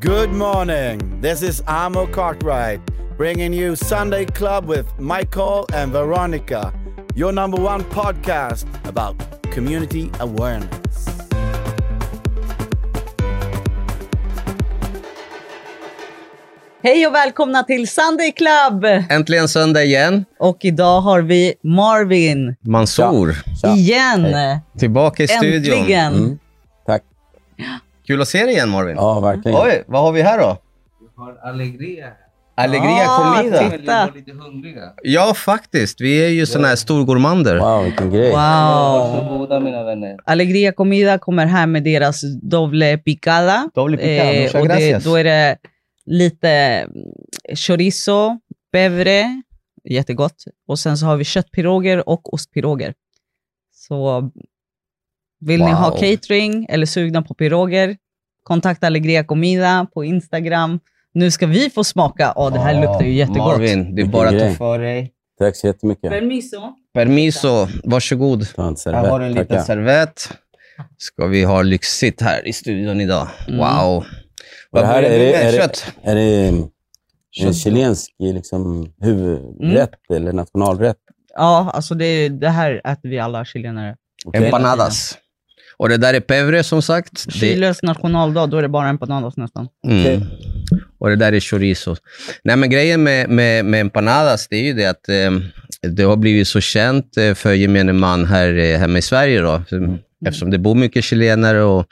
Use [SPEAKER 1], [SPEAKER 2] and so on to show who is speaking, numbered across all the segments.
[SPEAKER 1] Good morning. This is Amo Cartwright bringing you Sunday Club with Michael and Veronica, your number one podcast about community awareness.
[SPEAKER 2] Hej och välkomna till Sunday Club!
[SPEAKER 3] Äntligen söndag igen.
[SPEAKER 2] Och idag har vi Marvin
[SPEAKER 3] Mansour,
[SPEAKER 2] igen.
[SPEAKER 3] tillbaka i studion.
[SPEAKER 2] Äntligen!
[SPEAKER 4] Mm. Tack.
[SPEAKER 3] Kul att se dig igen Marvin.
[SPEAKER 4] Ja, verkligen.
[SPEAKER 3] Oj, vad har vi här då?
[SPEAKER 5] har Allegria.
[SPEAKER 3] Allegria
[SPEAKER 2] Ah,
[SPEAKER 3] comida.
[SPEAKER 2] titta.
[SPEAKER 5] Eller var lite hungriga.
[SPEAKER 3] Ja, faktiskt. Vi är ju såna här storgourmander.
[SPEAKER 4] Wow, vilken grej.
[SPEAKER 2] Wow!
[SPEAKER 5] Varsågoda mina vänner.
[SPEAKER 2] Alegria Comida kommer här med deras doble picada. Eh,
[SPEAKER 3] Doble picada, muchas
[SPEAKER 2] och det,
[SPEAKER 3] gracias.
[SPEAKER 2] då är det lite mm, chorizo, pevre, jättegott. Och sen så har vi köttpiroger och ostpiroger. Så vill ni ha
[SPEAKER 3] Wow.
[SPEAKER 2] catering eller sugna på piroger, kontakta Alegria Comida på Instagram. Nu ska vi få smaka. Åh, det här
[SPEAKER 3] Ja,
[SPEAKER 2] luktar ju jättegott.
[SPEAKER 3] Marvin, det är
[SPEAKER 4] Vilken
[SPEAKER 3] bara att ta
[SPEAKER 4] grej.
[SPEAKER 3] för dig.
[SPEAKER 4] Tack så jättemycket.
[SPEAKER 2] Permiso.
[SPEAKER 3] Permiso, varsågod.
[SPEAKER 4] Ta en
[SPEAKER 3] Här har du en
[SPEAKER 4] servett.
[SPEAKER 3] liten
[SPEAKER 4] Tackar.
[SPEAKER 3] servett. Ska vi ha lyxigt här i studion idag.
[SPEAKER 2] Mm.
[SPEAKER 3] Wow.
[SPEAKER 4] Och
[SPEAKER 3] Vad
[SPEAKER 4] det här
[SPEAKER 3] börjar
[SPEAKER 4] är
[SPEAKER 3] du
[SPEAKER 4] det-
[SPEAKER 3] med?
[SPEAKER 4] är det-
[SPEAKER 3] Kött?
[SPEAKER 4] Är det mm, en
[SPEAKER 3] Kött. Mm.
[SPEAKER 4] chilensk liksom, huvudrätt eller nationalrätt?
[SPEAKER 2] Ja, alltså det, det här äter vi alla chilenare.
[SPEAKER 4] Okej.
[SPEAKER 3] Empanadas. Och det där är pevre som sagt. Det,
[SPEAKER 2] Chiles nationaldag, då är det bara empanadas nästan.
[SPEAKER 3] Mm.
[SPEAKER 4] Okej.
[SPEAKER 3] Och det där är chorizo. Nej, men grejen med, med, med empanadas, det är ju det att eh, det har blivit så känt eh, för gemene man här eh, hemma i Sverige. Då.
[SPEAKER 4] Mm.
[SPEAKER 3] Eftersom det bor mycket chilenare och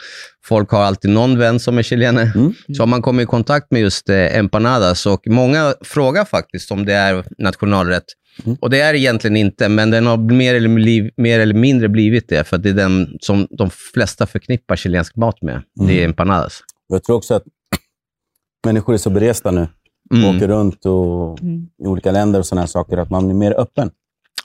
[SPEAKER 3] folk har alltid någon vän som är chilenare,
[SPEAKER 4] Mm.
[SPEAKER 3] så har man kommit i kontakt med just eh, empanadas. Och många frågar faktiskt om det är nationalrätt.
[SPEAKER 4] Mm.
[SPEAKER 3] Och det är egentligen inte, men den har mer eller, liv, mer eller mindre blivit det, för att det är den som de flesta förknippar chilensk mat med. Det
[SPEAKER 4] Mm.
[SPEAKER 3] är empanadas.
[SPEAKER 4] Jag tror också att människor är så beresta nu.
[SPEAKER 3] Mm.
[SPEAKER 4] Åker runt och,
[SPEAKER 2] Mm.
[SPEAKER 4] i olika länder och sådana här saker. Att man blir mer öppen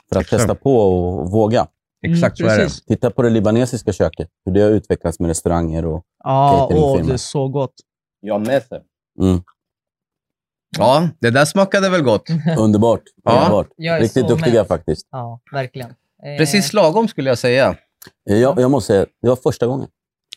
[SPEAKER 4] för att
[SPEAKER 3] Exakt.
[SPEAKER 4] testa på och, våga.
[SPEAKER 3] Exakt så är det.
[SPEAKER 2] Mm, precis.
[SPEAKER 4] Titta på det libanesiska köket. Hur det har utvecklats med restauranger och...
[SPEAKER 2] Ja, åh,
[SPEAKER 4] Cateringfirma.
[SPEAKER 2] det är så gott.
[SPEAKER 3] Jag med
[SPEAKER 4] Mm.
[SPEAKER 3] Ja, det där smakade väl gott.
[SPEAKER 4] Mm-hmm. Underbart.
[SPEAKER 3] Ja.
[SPEAKER 4] Underbart.
[SPEAKER 6] Jag är
[SPEAKER 4] Riktigt
[SPEAKER 6] så
[SPEAKER 4] duktiga
[SPEAKER 6] med.
[SPEAKER 4] faktiskt.
[SPEAKER 6] Ja, verkligen. Eh,
[SPEAKER 3] Precis lagom skulle jag säga.
[SPEAKER 4] Jag, jag måste säga, det var första gången.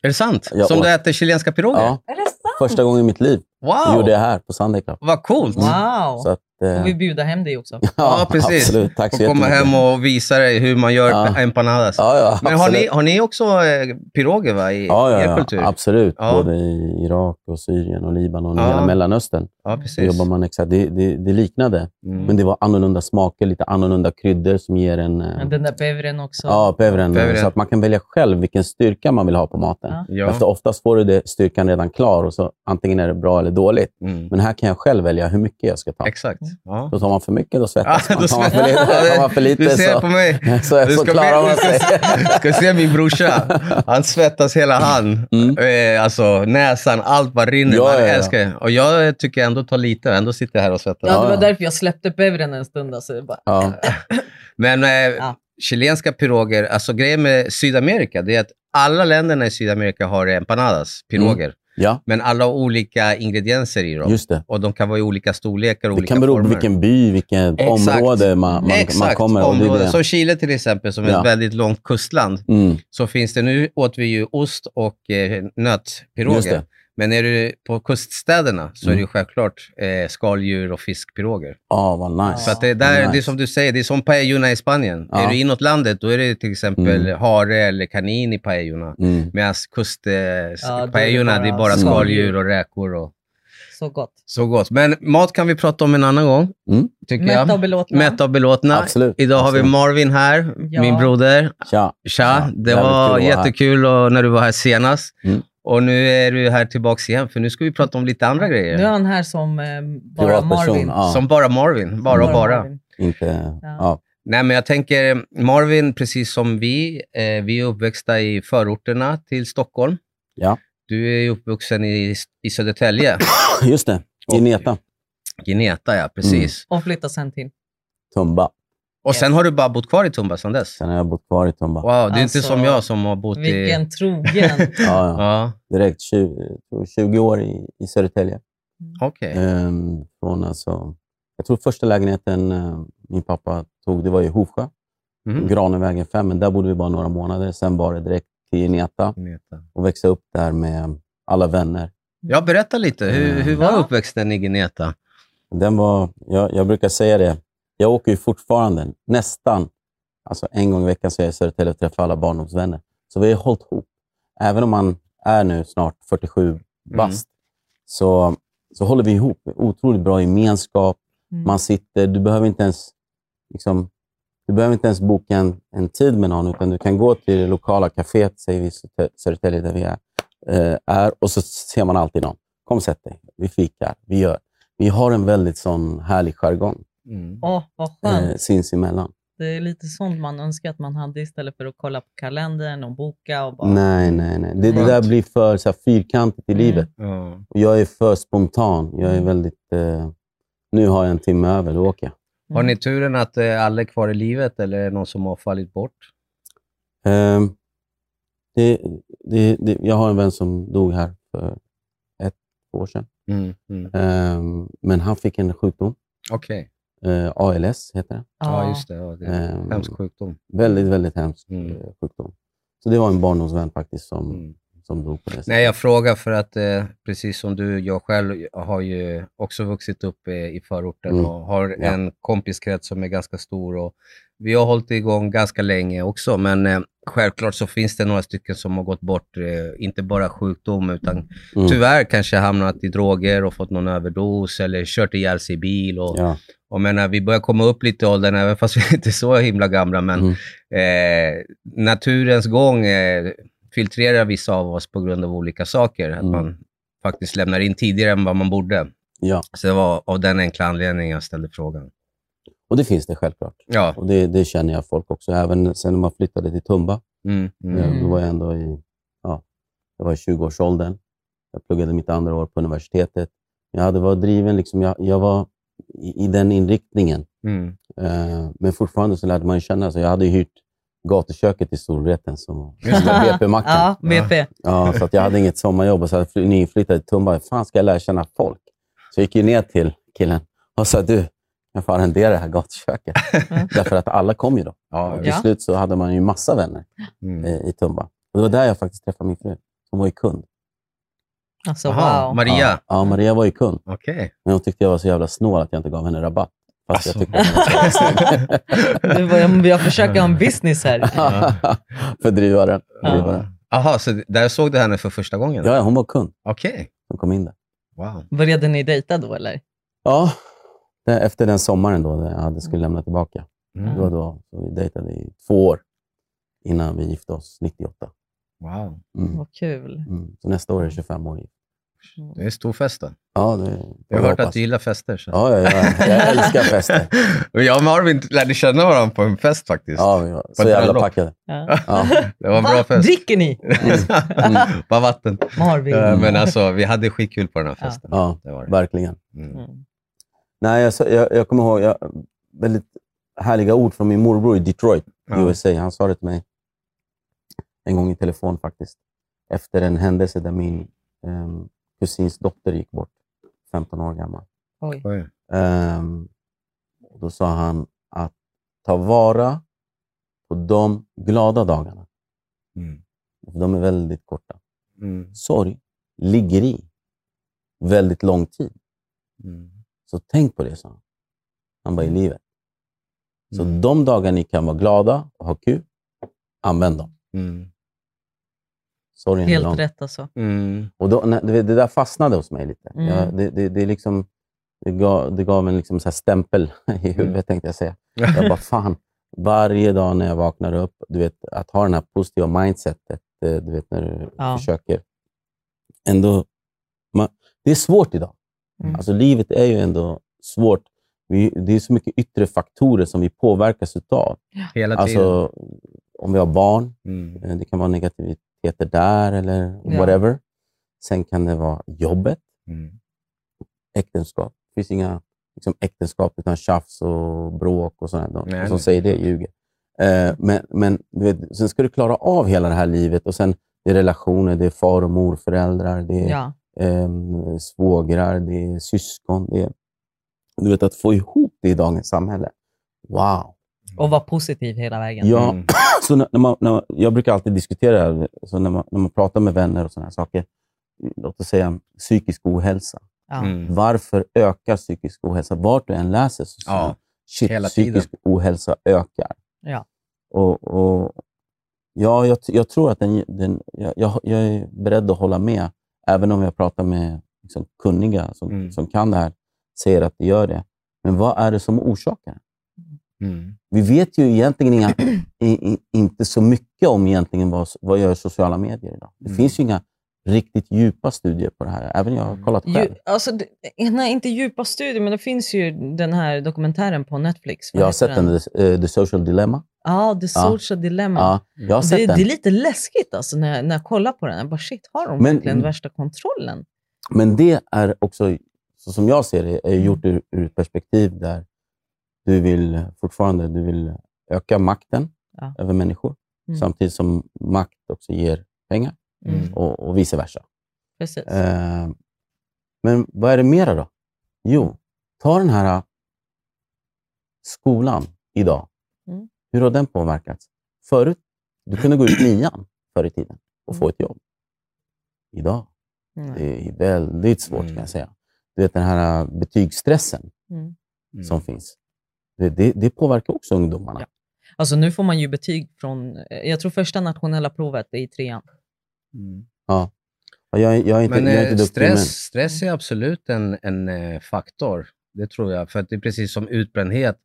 [SPEAKER 3] Är det sant?
[SPEAKER 4] Ja,
[SPEAKER 3] Som
[SPEAKER 4] och-
[SPEAKER 3] du äter chilenska piroger?
[SPEAKER 4] Ja,
[SPEAKER 6] Är det sant?
[SPEAKER 4] första gången i mitt liv. Det Mm.
[SPEAKER 3] Wow!
[SPEAKER 4] gjorde jag här på Sunday Club.
[SPEAKER 3] Vad coolt!
[SPEAKER 6] Wow!
[SPEAKER 4] Så att, eh,
[SPEAKER 6] Får vi bjuda hem dig också?
[SPEAKER 3] Ja, precis.
[SPEAKER 4] Absolut. Tack
[SPEAKER 3] Får
[SPEAKER 4] så
[SPEAKER 3] komma
[SPEAKER 4] jättemycket.
[SPEAKER 3] hem och visa dig hur man gör
[SPEAKER 4] Ja.
[SPEAKER 3] empanadas.
[SPEAKER 4] Ja, ja,
[SPEAKER 3] Men har ni,
[SPEAKER 4] absolut.
[SPEAKER 3] har ni också eh, piroger va? i
[SPEAKER 4] Ja,
[SPEAKER 3] er
[SPEAKER 4] ja,
[SPEAKER 3] kultur?
[SPEAKER 4] ja, absolut.
[SPEAKER 3] Ja.
[SPEAKER 4] Både i Irak, och Syrien, och Libanon och
[SPEAKER 3] Ja.
[SPEAKER 4] hela Mellanöstern.
[SPEAKER 3] ja
[SPEAKER 4] Så
[SPEAKER 3] precis.
[SPEAKER 4] jobbar man exakt. Det, det, det liknade,
[SPEAKER 3] Mm.
[SPEAKER 4] men det var annorlunda smaker, lite annorlunda kryddor som ger en... eh,
[SPEAKER 6] Men Den där bevren också.
[SPEAKER 4] Ja, pevren.
[SPEAKER 3] Pevren.
[SPEAKER 4] Så att man kan välja själv vilken styrka man vill ha på maten.
[SPEAKER 6] Ja.
[SPEAKER 3] Ja.
[SPEAKER 4] Efter oftast får du det, styrkan redan klar och så antingen är det bra eller dåligt.
[SPEAKER 3] Mm.
[SPEAKER 4] Men här kan jag själv välja hur mycket jag ska ta.
[SPEAKER 3] Exakt. Ja.
[SPEAKER 4] Då tar man för mycket, då svettas
[SPEAKER 3] Ja,
[SPEAKER 4] man.
[SPEAKER 3] då
[SPEAKER 4] tar man för
[SPEAKER 3] svettas-
[SPEAKER 4] lite, tar man för lite
[SPEAKER 3] Du ser
[SPEAKER 4] så,
[SPEAKER 3] på mig.
[SPEAKER 4] så,
[SPEAKER 3] Du
[SPEAKER 4] så
[SPEAKER 3] ska
[SPEAKER 4] klarar
[SPEAKER 3] se-
[SPEAKER 4] man
[SPEAKER 3] du ska
[SPEAKER 4] sig.
[SPEAKER 3] se- ska se min brorsa. Han svettas hela han.
[SPEAKER 4] Mm.
[SPEAKER 3] Eh, alltså näsan, allt bara rinner.
[SPEAKER 4] Ja,
[SPEAKER 3] man
[SPEAKER 4] ja, ja.
[SPEAKER 3] älskar det. Och jag tycker ändå ta lite. Ändå sitter jag här och svettas.
[SPEAKER 6] Ja, det
[SPEAKER 4] Ja,
[SPEAKER 6] var
[SPEAKER 4] ja.
[SPEAKER 6] därför jag släppte bevren en stund. Alltså. Jag Bara,
[SPEAKER 4] Ja.
[SPEAKER 3] Men eh,
[SPEAKER 6] Ja.
[SPEAKER 3] chilenska piroger, alltså grejen med Sydamerika, det är att alla länderna i Sydamerika har empanadas, piroger.
[SPEAKER 4] Mm. ja,
[SPEAKER 3] Men alla har olika ingredienser i dem.
[SPEAKER 4] just det.
[SPEAKER 3] Och de kan vara i olika storlekar och
[SPEAKER 4] Det
[SPEAKER 3] olika
[SPEAKER 4] kan bero på
[SPEAKER 3] former.
[SPEAKER 4] vilken by, vilket
[SPEAKER 3] Exakt.
[SPEAKER 4] område man, man,
[SPEAKER 3] Exakt,
[SPEAKER 4] man kommer. Och det
[SPEAKER 3] område.
[SPEAKER 4] är det.
[SPEAKER 3] Som Chile till exempel, som är
[SPEAKER 4] Ja.
[SPEAKER 3] ett väldigt långt kustland,
[SPEAKER 4] Mm,
[SPEAKER 3] så finns det nu, åt vi ju ost och eh,
[SPEAKER 4] just
[SPEAKER 3] nötpiroger.
[SPEAKER 4] det.
[SPEAKER 3] Men är du på kuststäderna så är
[SPEAKER 4] Mm.
[SPEAKER 3] det ju självklart eh, skaldjur och fiskpiroger.
[SPEAKER 4] Ja, vad Ah, nice.
[SPEAKER 3] Så att det, där, det är som du säger, det är som paellorna i Spanien.
[SPEAKER 4] Ja.
[SPEAKER 3] Är du inåt landet, då är det till exempel hare eller kanin i paellorna.
[SPEAKER 4] Mm.
[SPEAKER 3] Medan kustpaellorna,
[SPEAKER 6] Ja,
[SPEAKER 3] eh,
[SPEAKER 6] då är
[SPEAKER 3] paellorna,
[SPEAKER 6] det
[SPEAKER 3] det är
[SPEAKER 6] bara
[SPEAKER 3] bara skaldjur
[SPEAKER 6] skaldjur.
[SPEAKER 3] och räkor. Och,
[SPEAKER 6] så gott.
[SPEAKER 3] så gott. Men mat kan vi prata om en annan gång,
[SPEAKER 4] Mm.
[SPEAKER 3] tycker
[SPEAKER 6] Mätta och
[SPEAKER 3] jag.
[SPEAKER 6] belåtna.
[SPEAKER 3] Mätta och belåtna.
[SPEAKER 4] Absolut.
[SPEAKER 3] Idag har vi
[SPEAKER 4] Absolut.
[SPEAKER 3] Marvin här,
[SPEAKER 6] Ja.
[SPEAKER 3] min broder.
[SPEAKER 4] Alltså. Tja.
[SPEAKER 3] Tja,
[SPEAKER 4] Ja,
[SPEAKER 3] det
[SPEAKER 4] jävligt kul
[SPEAKER 3] var
[SPEAKER 4] att vara här.
[SPEAKER 3] jättekul och när du var här senast.
[SPEAKER 4] Mm.
[SPEAKER 3] Och nu är du här tillbaks igen, för nu ska vi prata om lite andra grejer.
[SPEAKER 6] Nu är han här som eh, bara
[SPEAKER 4] Privatperson.
[SPEAKER 6] Marvin. Mm,
[SPEAKER 4] Ja,
[SPEAKER 3] Som bara Marvin, bara och bara.
[SPEAKER 6] Marvin.
[SPEAKER 4] inte,
[SPEAKER 6] Ja.
[SPEAKER 4] ja.
[SPEAKER 3] Nej, men jag tänker, Marvin, precis som vi, eh, vi är uppväxta i förorterna till Stockholm.
[SPEAKER 4] Ja.
[SPEAKER 3] Du är ju uppvuxen i, i Södertälje,
[SPEAKER 4] Just det.
[SPEAKER 3] Och-
[SPEAKER 4] Gineta.
[SPEAKER 3] Gneta, ja, precis.
[SPEAKER 6] Och flyttas hem till.
[SPEAKER 4] Tumba.
[SPEAKER 3] Och sen har du bara bott kvar i Tumba sedan dess.
[SPEAKER 4] Mm. Sen har jag bott kvar i Tumba.
[SPEAKER 3] Wow, det är inte
[SPEAKER 6] Alltså,
[SPEAKER 3] som jag som har bott i...
[SPEAKER 6] Vilken trogen.
[SPEAKER 4] Ja, ja.
[SPEAKER 3] Ja,
[SPEAKER 4] Direkt 20, 20 år i, i Södertälje.
[SPEAKER 3] okej.
[SPEAKER 4] Ehm, från alltså, jag tror första lägenheten eh, min pappa tog, det var i Hovsjö. Eh,
[SPEAKER 3] Mhm.
[SPEAKER 4] Granevägen 5, men där bodde vi bara några månader. Sen var det direkt till Gneta
[SPEAKER 3] Gneta.
[SPEAKER 4] och växa upp där med alla vänner.
[SPEAKER 3] Ja, berätta lite. Hur, hur var
[SPEAKER 2] Ja.
[SPEAKER 3] uppväxten i Gneta?
[SPEAKER 5] Den var, jag, jag brukar säga det, jag åker ju fortfarande nästan, alltså en gång i veckan så är jag i Södertälje och träffar alla barndomsvänner. Så vi har hållit ihop. Även om man är nu snart 47 bast, så, så håller vi ihop. Otroligt bra gemenskap.
[SPEAKER 2] Mm.
[SPEAKER 5] Man sitter, du behöver inte ens, liksom, du behöver inte ens boka en, en tid med någon, utan du kan gå till det lokala kaféet, säger vi i Södertälje- Södertälje, där vi är, eh, är, och så ser man alltid någon. Kom sätt dig, vi fikar, vi gör. Vi har en väldigt sån härlig jargong
[SPEAKER 3] Mm.
[SPEAKER 2] Åh, vad
[SPEAKER 5] eh,
[SPEAKER 2] skönt.
[SPEAKER 5] sinsemellan.
[SPEAKER 2] Det är lite sånt man önskar att man hade istället för att kolla på kalendern och boka och bara...
[SPEAKER 5] Nej, nej, nej. Det, det
[SPEAKER 2] Skönt.
[SPEAKER 5] där blir för så här, fyrkantigt i
[SPEAKER 2] Mm.
[SPEAKER 5] livet. Och jag är för spontan. Jag är väldigt... Eh, nu har jag en timme över, då åker jag.
[SPEAKER 2] mm.
[SPEAKER 3] Har ni turen att eh, alla är kvar i livet eller är det någon som har fallit bort?
[SPEAKER 5] Ehm, det, det, det, jag har en vän som dog här för ett år sedan.
[SPEAKER 3] Mm,
[SPEAKER 5] Ehm, men han fick en sjukdom.
[SPEAKER 3] Okej.
[SPEAKER 5] Eh, ALS heter det.
[SPEAKER 3] Ja, just det. Ja, det är
[SPEAKER 5] Ehm,
[SPEAKER 3] en Mm. hemsk sjukdom.
[SPEAKER 5] Väldigt, väldigt hemsk
[SPEAKER 3] Mm.
[SPEAKER 5] eh, sjukdom. Så det var en barndomsvän faktiskt som,
[SPEAKER 3] Mm.
[SPEAKER 5] som dog på det sättet.
[SPEAKER 3] Nej, jag frågar för att eh, precis som du, jag själv har ju också vuxit upp eh, i förorten
[SPEAKER 5] Mm.
[SPEAKER 3] och har
[SPEAKER 5] Ja.
[SPEAKER 3] en kompiskrets som är ganska stor. Och vi har hållit igång ganska länge också, men eh, självklart så finns det några stycken som har gått bort, eh, inte bara sjukdom utan
[SPEAKER 5] Mm.
[SPEAKER 3] tyvärr kanske hamnat i droger och fått någon överdos eller kört ihjäl sig i bil. Och,
[SPEAKER 5] Ja.
[SPEAKER 3] och menar, vi börjar komma upp lite i åldern, även fast vi är inte är så himla gamla. Men
[SPEAKER 5] Mm.
[SPEAKER 3] eh, naturens gång eh, filtrerar vissa av oss på grund av olika saker. Att
[SPEAKER 5] Mm.
[SPEAKER 3] man faktiskt lämnar in tidigare än vad man borde.
[SPEAKER 5] ja.
[SPEAKER 3] Så det var av den enkla anledningen jag ställde frågan.
[SPEAKER 5] Och det finns det självklart.
[SPEAKER 3] Ja.
[SPEAKER 5] Och det, det känner jag folk också. Även sen när man flyttade till Tumba.
[SPEAKER 3] Mm, mm.
[SPEAKER 5] Mm.
[SPEAKER 2] Mm.
[SPEAKER 5] Då var jag ändå i, ja, jag var i 20-årsåldern. Jag pluggade mitt andra år på universitetet. Jag hade varit driven, liksom, jag, jag var i, i den inriktningen.
[SPEAKER 3] Mm.
[SPEAKER 5] Eh, men fortfarande så lärde man ju känna. Så jag hade ju hyrt gatuköket i Storvreten som som var BP-macken.
[SPEAKER 2] Ja, BP.
[SPEAKER 5] Ja, så att jag hade inget sommarjobb och så hade jag fly- nyinflyttad i Tumba. Hur fan ska jag lära känna folk? Så jag gick ju ner till killen och sa, du, jag får arrendera det här gatuköket.
[SPEAKER 2] Mm.
[SPEAKER 5] Därför att alla kom ju då.
[SPEAKER 3] Ja,
[SPEAKER 5] Och till
[SPEAKER 2] Ja.
[SPEAKER 5] slut så hade man ju massa vänner
[SPEAKER 3] Mm.
[SPEAKER 5] eh, i Tumba. Och det var där jag faktiskt träffade min fru. Hon var ju kund.
[SPEAKER 2] Alltså
[SPEAKER 3] Aha,
[SPEAKER 2] wow.
[SPEAKER 3] Maria.
[SPEAKER 5] Ja, ja, Maria var ju kund.
[SPEAKER 3] Okej.
[SPEAKER 5] Men hon tyckte jag var så jävla snål att jag inte gav henne rabatt. Fast
[SPEAKER 3] Alltså.
[SPEAKER 5] jag tyckte hon var
[SPEAKER 2] Du bara, ja, men jag försöker ha en business här.
[SPEAKER 3] Ja.
[SPEAKER 5] Fördriva den. Fördriva
[SPEAKER 3] Ja.
[SPEAKER 5] den.
[SPEAKER 3] Aha, så där såg du henne för första gången?
[SPEAKER 5] Ja, ja, hon var kund.
[SPEAKER 3] Okej.
[SPEAKER 5] Hon kom in där.
[SPEAKER 3] Wow.
[SPEAKER 2] Började ni dejta då eller?
[SPEAKER 5] Ja, det- efter den sommaren då, när jag hade skulle lämna tillbaka.
[SPEAKER 3] Mm.
[SPEAKER 5] Det var då så vi dejtade i två år innan vi gifte oss 98.
[SPEAKER 3] Wow.
[SPEAKER 5] Mm.
[SPEAKER 2] Vad kul.
[SPEAKER 5] Mm. Så nästa år är det 25 år.
[SPEAKER 3] Det är stor fest då.
[SPEAKER 5] Ja, det,
[SPEAKER 3] Jag har
[SPEAKER 5] får
[SPEAKER 3] hört
[SPEAKER 5] hoppas.
[SPEAKER 3] att du gillar fester. Så.
[SPEAKER 5] Ja, ja, ja, jag älskar fester.
[SPEAKER 3] Och jag och Marvin lärde känna varandra på en fest faktiskt.
[SPEAKER 5] Ja, vi var
[SPEAKER 3] På
[SPEAKER 5] så
[SPEAKER 3] ett
[SPEAKER 5] jävla
[SPEAKER 3] bröllop.
[SPEAKER 5] packade.
[SPEAKER 2] Ja.
[SPEAKER 5] Ja.
[SPEAKER 3] Det var en bra
[SPEAKER 2] Va?
[SPEAKER 3] fest.
[SPEAKER 2] Dricker ni?
[SPEAKER 3] Mm. Bara vatten.
[SPEAKER 2] Marvin.
[SPEAKER 3] Eh, Men alltså, vi hade skitkul på den här
[SPEAKER 2] Ja.
[SPEAKER 3] festen.
[SPEAKER 5] Ja,
[SPEAKER 3] Det var det.
[SPEAKER 5] verkligen.
[SPEAKER 3] Mm.
[SPEAKER 2] Mm.
[SPEAKER 5] Nej, jag, sa- jag, jag kommer ihåg jag, väldigt härliga ord från min morbror i Detroit,
[SPEAKER 3] Ja.
[SPEAKER 5] USA. Han sa det till mig en gång i telefon faktiskt. Efter en händelse där min um, kusins dotter gick bort, 15 år gammal.
[SPEAKER 2] Oj.
[SPEAKER 3] Oj.
[SPEAKER 5] Ehm, och då sa han att ta vara på de glada dagarna.
[SPEAKER 3] Mm.
[SPEAKER 5] För de är väldigt korta.
[SPEAKER 3] Mm.
[SPEAKER 5] Sorg ligger i väldigt lång tid.
[SPEAKER 3] Mm.
[SPEAKER 5] Så tänk på det, sa han. Han var i livet. Så
[SPEAKER 3] Mm.
[SPEAKER 5] de dagar ni kan vara glada och ha kul, använd dem.
[SPEAKER 3] Mm.
[SPEAKER 5] Sorgen är lång.
[SPEAKER 2] Helt rätt alltså.
[SPEAKER 3] Mm.
[SPEAKER 5] Och då, när, du vet, det där fastnade hos mig lite.
[SPEAKER 2] Mm.
[SPEAKER 5] Jag, det, det, det, är liksom, det, gav, det gav en liksom så här stämpel i
[SPEAKER 2] Mm.
[SPEAKER 5] huvudet, tänkte jag säga. Jag bara, fan. Varje dag när jag vaknar upp, du vet, att ha den här positiva mindsetet, eh, du vet, när du
[SPEAKER 2] Ja.
[SPEAKER 5] försöker. Ändå, man, det är svårt idag.
[SPEAKER 2] Mm.
[SPEAKER 5] Alltså, livet är ju ändå svårt. Vi, det är så mycket yttre faktorer som vi påverkas utav.
[SPEAKER 3] Hela tiden.
[SPEAKER 5] Alltså, om vi har barn,
[SPEAKER 3] Mm.
[SPEAKER 5] eh, det kan vara negativiteter där eller
[SPEAKER 2] Ja.
[SPEAKER 5] whatever. Sen kan det vara jobbet
[SPEAKER 3] Mm.
[SPEAKER 5] äktenskap. Det finns inga liksom, äktenskap utan tjafs och bråk och sånt. De
[SPEAKER 3] Nej,
[SPEAKER 5] som
[SPEAKER 3] nej.
[SPEAKER 5] säger det ljuger. Eh, men men du vet, sen ska du klara av hela det här livet och sen det är relationer, det är far och morföräldrar, det är
[SPEAKER 2] Ja.
[SPEAKER 5] ehm, svågrar, det är syskon. Det är, du vet, att få ihop det i dagens samhälle. Wow!
[SPEAKER 2] Och vara positiv hela vägen.
[SPEAKER 5] Ja,
[SPEAKER 3] Mm.
[SPEAKER 5] så när, när man, när man, jag brukar alltid diskutera det här, så när, man, när man pratar med vänner och sådana här saker. låt oss säga, psykisk ohälsa.
[SPEAKER 2] Ja.
[SPEAKER 3] Mm.
[SPEAKER 5] Varför ökar psykisk ohälsa? Vart du än läser så säger
[SPEAKER 3] Ja,
[SPEAKER 5] de, shit,
[SPEAKER 3] hela
[SPEAKER 5] psykisk ohälsa ökar.
[SPEAKER 2] Ja.
[SPEAKER 5] Och, och, ja, jag, jag tror att den, den jag, jag, jag är beredd att hålla med, även om jag pratar med liksom, kunniga som,
[SPEAKER 3] Mm.
[SPEAKER 5] som kan det här, säger att det gör det. Men vad är det som orsakar det?
[SPEAKER 3] Mm.
[SPEAKER 5] Vi vet ju egentligen inga, i, i, inte så mycket om egentligen vad, vad gör sociala medier idag. Det
[SPEAKER 3] Mm.
[SPEAKER 5] finns ju inga riktigt djupa studier på det här. Även jag har
[SPEAKER 3] Mm.
[SPEAKER 5] kollat själv.
[SPEAKER 2] Ju, alltså, det- nej, inte djupa studier, men det finns ju den här dokumentären på Netflix. Vad
[SPEAKER 5] Jag har
[SPEAKER 2] heter
[SPEAKER 5] sett den, The, eh, The Social Dilemma.
[SPEAKER 2] Ja, The
[SPEAKER 5] Ja.
[SPEAKER 2] Social Dilemma.
[SPEAKER 5] Ja, jag har
[SPEAKER 2] Och
[SPEAKER 5] sett
[SPEAKER 2] det,
[SPEAKER 5] den.
[SPEAKER 2] det är lite läskigt alltså, när, jag, när jag kollar på den. Jag bara, shit, har de
[SPEAKER 5] Men-
[SPEAKER 2] verkligen värsta kontrollen?
[SPEAKER 5] Men det är också, så som jag ser det, är
[SPEAKER 2] Mm.
[SPEAKER 5] gjort ur, ur ett perspektiv där du vill fortfarande du vill öka makten
[SPEAKER 2] Ja.
[SPEAKER 5] över människor
[SPEAKER 2] Mm.
[SPEAKER 5] samtidigt som makt också ger pengar
[SPEAKER 3] Mm.
[SPEAKER 5] och, och vice versa.
[SPEAKER 2] Precis.
[SPEAKER 5] Eh, men vad är det mera då? Jo, ta den här eh, skolan idag.
[SPEAKER 2] Mm.
[SPEAKER 5] Hur har den påverkats? Förut, du kunde gå ut nian förr i tiden och få ett jobb. Idag,
[SPEAKER 2] Nej.
[SPEAKER 5] det är väldigt svårt
[SPEAKER 3] Mm.
[SPEAKER 5] kan jag säga. Du vet den här eh, betygsstressen
[SPEAKER 2] Mm.
[SPEAKER 5] som finns. Det, det, det påverkar också ungdomarna.
[SPEAKER 2] Ja. Alltså, nu får man ju betyg från... eh, Jag tror första nationella provet är i trean.
[SPEAKER 3] Mm.
[SPEAKER 5] Och Jag, är- jag är inte,
[SPEAKER 3] Men
[SPEAKER 5] jag är
[SPEAKER 2] äh,
[SPEAKER 3] eh,
[SPEAKER 5] inte duktig,
[SPEAKER 3] stress, stress är absolut en, en eh, faktor. Det tror jag. För att det är precis som utbrändhet.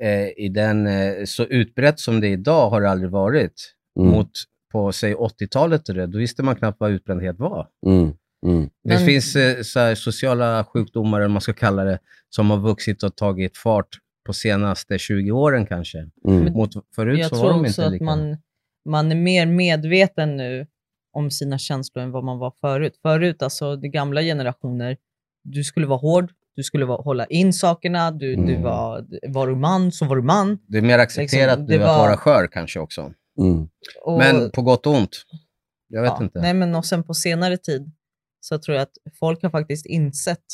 [SPEAKER 3] Eh, i den, eh, så utbrett som det är idag har det aldrig varit.
[SPEAKER 5] men... Mm,
[SPEAKER 3] Mot på, säg 80-talet, och det, då visste man knappt vad utbrändhet var.
[SPEAKER 5] mm, mm.
[SPEAKER 3] Det
[SPEAKER 2] Men-
[SPEAKER 3] finns eh, så här, sociala sjukdomar, eller vad man ska kalla det, som har vuxit och tagit fart på senaste 20 åren kanske.
[SPEAKER 5] Mm.
[SPEAKER 2] Men
[SPEAKER 3] Mot, förut
[SPEAKER 2] jag
[SPEAKER 3] så
[SPEAKER 2] tror
[SPEAKER 3] var de
[SPEAKER 2] också
[SPEAKER 3] inte
[SPEAKER 2] att
[SPEAKER 3] lika.
[SPEAKER 2] man, man är mer medveten nu om sina känslor än vad man var förut. Förut, alltså de gamla generationer, du skulle vara hård, du skulle vara, hålla in sakerna, du, du
[SPEAKER 5] Mm.
[SPEAKER 2] var, var du man så var du man.
[SPEAKER 3] Det är mer accepterat
[SPEAKER 2] liksom, det
[SPEAKER 3] nu att
[SPEAKER 2] var-
[SPEAKER 3] vara skör kanske också.
[SPEAKER 5] Mm.
[SPEAKER 2] Och,
[SPEAKER 3] Men på gott och ont. Jag vet
[SPEAKER 2] ja,
[SPEAKER 3] inte.
[SPEAKER 2] Nej, men och sen på senare tid så tror jag att folk har faktiskt insett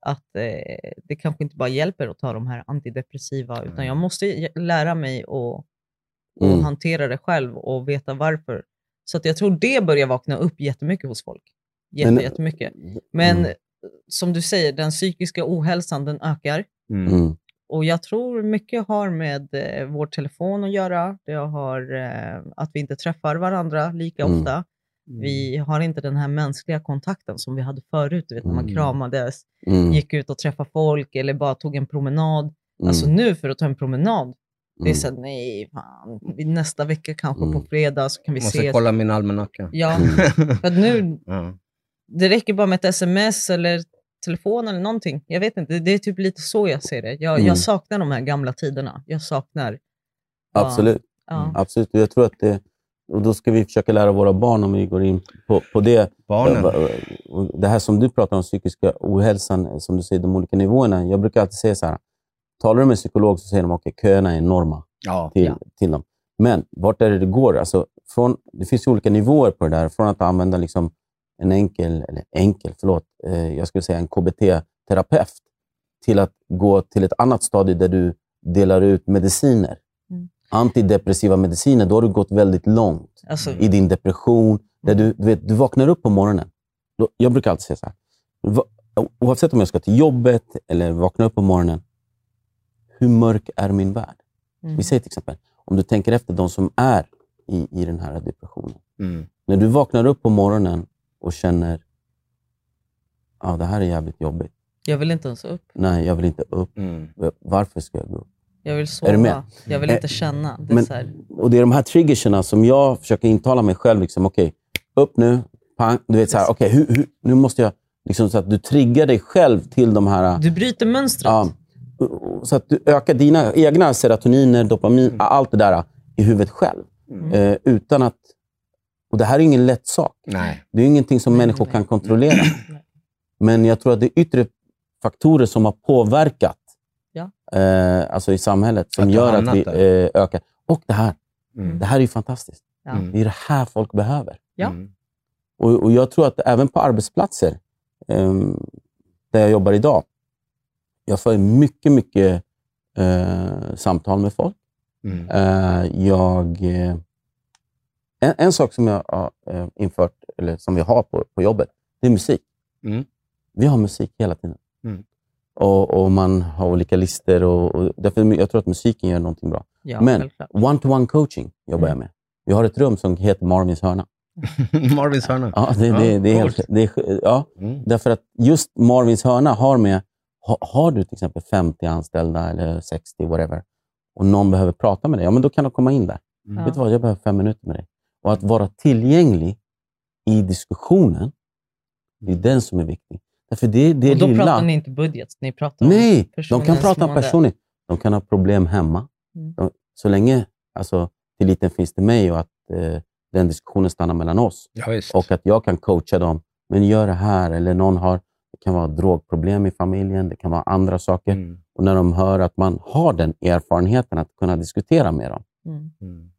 [SPEAKER 2] att eh, det kanske inte bara hjälper att ta de här antidepressiva, utan
[SPEAKER 3] Mm.
[SPEAKER 2] jag måste j- lära mig att och
[SPEAKER 5] Mm.
[SPEAKER 2] hantera det själv och veta varför. Så att jag tror det börjar vakna upp jättemycket hos folk. Jätte,
[SPEAKER 5] Men-
[SPEAKER 2] jättemycket. Men eh,
[SPEAKER 5] Mm.
[SPEAKER 2] som du säger, den psykiska ohälsan den ökar.
[SPEAKER 3] Mm.
[SPEAKER 5] Mm.
[SPEAKER 2] Och jag tror mycket har med eh, vår telefon att göra. Det har eh, att vi inte träffar varandra lika
[SPEAKER 5] Mm.
[SPEAKER 2] ofta. Vi har inte den här mänskliga kontakten som vi hade förut. Du vet, när man
[SPEAKER 5] Mm.
[SPEAKER 2] kramades,
[SPEAKER 5] Mm.
[SPEAKER 2] gick ut och träffade folk eller bara tog en promenad. Alltså
[SPEAKER 5] Mm.
[SPEAKER 2] nu för att ta en promenad, det är
[SPEAKER 5] Mm.
[SPEAKER 2] såhär, nej, fan. vi- Nästa vecka kanske
[SPEAKER 5] Mm.
[SPEAKER 2] på fredag så kan vi
[SPEAKER 3] Måste
[SPEAKER 2] ses.
[SPEAKER 3] kolla min almanacka.
[SPEAKER 2] Ja,
[SPEAKER 5] Mm.
[SPEAKER 2] för att nu,
[SPEAKER 3] Ja.
[SPEAKER 2] det räcker bara med ett sms eller telefon eller någonting. Jag vet inte, det är typ lite så jag ser det. Jag,
[SPEAKER 5] Mm.
[SPEAKER 2] jag saknar de här gamla tiderna. Jag saknar... Ja.
[SPEAKER 5] Absolut.
[SPEAKER 2] Ja.
[SPEAKER 5] Mm. Absolut, och jag tror att det, och då ska vi försöka lära våra barn, om vi går in på, på det, Eh,
[SPEAKER 3] Barnen.
[SPEAKER 5] Och det här som du pratar om, psykiska ohälsan, som du säger, de olika nivåerna. Jag brukar alltid säga så här, talar du med en psykolog så säger de att köerna är enorma
[SPEAKER 3] Ja.
[SPEAKER 5] till,
[SPEAKER 2] Ja.
[SPEAKER 5] till dem. Men vart är det det går? Alltså, från, det finns ju olika nivåer på det där. Från att använda liksom en enkel, eller enkel, förlåt, eh, jag skulle säga en KBT-terapeut, till att gå till ett annat stadie där du delar ut mediciner.
[SPEAKER 2] Mm.
[SPEAKER 5] Antidepressiva mediciner, då har du gått väldigt långt
[SPEAKER 2] Alltså,
[SPEAKER 5] i din depression. Där du, du, vet, du vaknar upp på morgonen. Då- Jag brukar alltid säga så här. Va- o- Oavsett om jag ska till jobbet eller vakna upp på morgonen. Hur mörk är min värld?
[SPEAKER 2] mm.
[SPEAKER 5] Vi säger till exempel, om du tänker efter de som är i, i den här depressionen.
[SPEAKER 3] Mm.
[SPEAKER 5] När du vaknar upp på morgonen och känner ja, det här är jävligt jobbigt.
[SPEAKER 2] Jag vill inte ens upp.
[SPEAKER 5] Nej, jag vill inte upp.
[SPEAKER 3] Mm.
[SPEAKER 5] Varför ska jag gå upp?
[SPEAKER 2] Jag vill sova.
[SPEAKER 5] Är du med?
[SPEAKER 2] Jag vill
[SPEAKER 5] Eh,
[SPEAKER 2] inte känna. Det är
[SPEAKER 5] men-
[SPEAKER 2] så här,
[SPEAKER 5] Och Det är de här triggerserna som jag försöker intala mig själv. Liksom, okej, upp nu. Pang. Du vet, så här, okej, hur, hur, nu måste jag... Liksom, så att du triggar dig själv till de här...
[SPEAKER 2] du bryter mönstret.
[SPEAKER 5] Ja, så att du ökar dina egna serotoniner, dopamin, allt det där i huvudet själv.
[SPEAKER 3] Mm.
[SPEAKER 5] Eh, utan att... Och det här är ingen lätt sak.
[SPEAKER 3] Nej.
[SPEAKER 5] Det är ingenting som
[SPEAKER 2] Nej,
[SPEAKER 5] människor
[SPEAKER 2] nej.
[SPEAKER 5] kan kontrollera. Men jag tror att det är yttre faktorer som har påverkat
[SPEAKER 2] Ja.
[SPEAKER 5] eh, alltså i samhället som
[SPEAKER 3] Att du
[SPEAKER 5] gör att
[SPEAKER 3] hamnat
[SPEAKER 5] vi eh, ökar. Och det här.
[SPEAKER 3] Mm.
[SPEAKER 5] Det här är ju fantastiskt.
[SPEAKER 2] Ja.
[SPEAKER 5] Det är det här folk behöver.
[SPEAKER 2] Ja.
[SPEAKER 3] Mm.
[SPEAKER 5] Och, och jag tror att även på arbetsplatser ehm, där jag jobbar idag, jag för mycket, mycket eh, samtal med folk.
[SPEAKER 3] Mm.
[SPEAKER 5] Eh, jag, eh, en, en sak som jag har eh, infört, eller som vi har på, på jobbet, Det är musik.
[SPEAKER 3] Mm.
[SPEAKER 5] Vi har musik hela tiden.
[SPEAKER 3] Mm.
[SPEAKER 5] Och, och man har olika listor. Och, och därför jag tror att musiken gör någonting bra.
[SPEAKER 2] Ja,
[SPEAKER 5] Men-
[SPEAKER 2] självklart.
[SPEAKER 5] One-to-one coaching
[SPEAKER 3] Mm.
[SPEAKER 5] jobbar jag med. Vi har ett rum som heter Marvins hörna.
[SPEAKER 3] Marvins hörna.
[SPEAKER 5] Ja, det, det, det är helt,
[SPEAKER 3] coolt.
[SPEAKER 5] det är, ja,
[SPEAKER 3] Mm.
[SPEAKER 5] därför att just Marvins hörna har med... ha- Har du till exempel 50 anställda eller 60, whatever, och någon behöver prata med dig, ja, men då kan de komma in där.
[SPEAKER 3] Mm.
[SPEAKER 5] Vet du vad, jag behöver fem minuter med dig. Och att vara tillgänglig i diskussionen, det är den som är viktig. Därför det, det
[SPEAKER 2] Och då
[SPEAKER 5] lilla...
[SPEAKER 2] pratar ni inte budget, ni pratar om
[SPEAKER 5] Nej, de kan
[SPEAKER 2] personens
[SPEAKER 5] prata
[SPEAKER 2] mående.
[SPEAKER 5] personligt. De kan ha problem hemma.
[SPEAKER 2] Mm.
[SPEAKER 5] De, så länge alltså, tilliten finns till mig och att eh, den diskussionen stannar mellan oss
[SPEAKER 3] Ja, visst.
[SPEAKER 5] och att jag kan coacha dem. Men gör det här. Eller någon har, det kan vara drogproblem i familjen, det kan vara andra saker.
[SPEAKER 3] Mm.
[SPEAKER 5] Och när de hör att man har den erfarenheten att kunna diskutera med dem,
[SPEAKER 2] Mm.
[SPEAKER 3] Mm.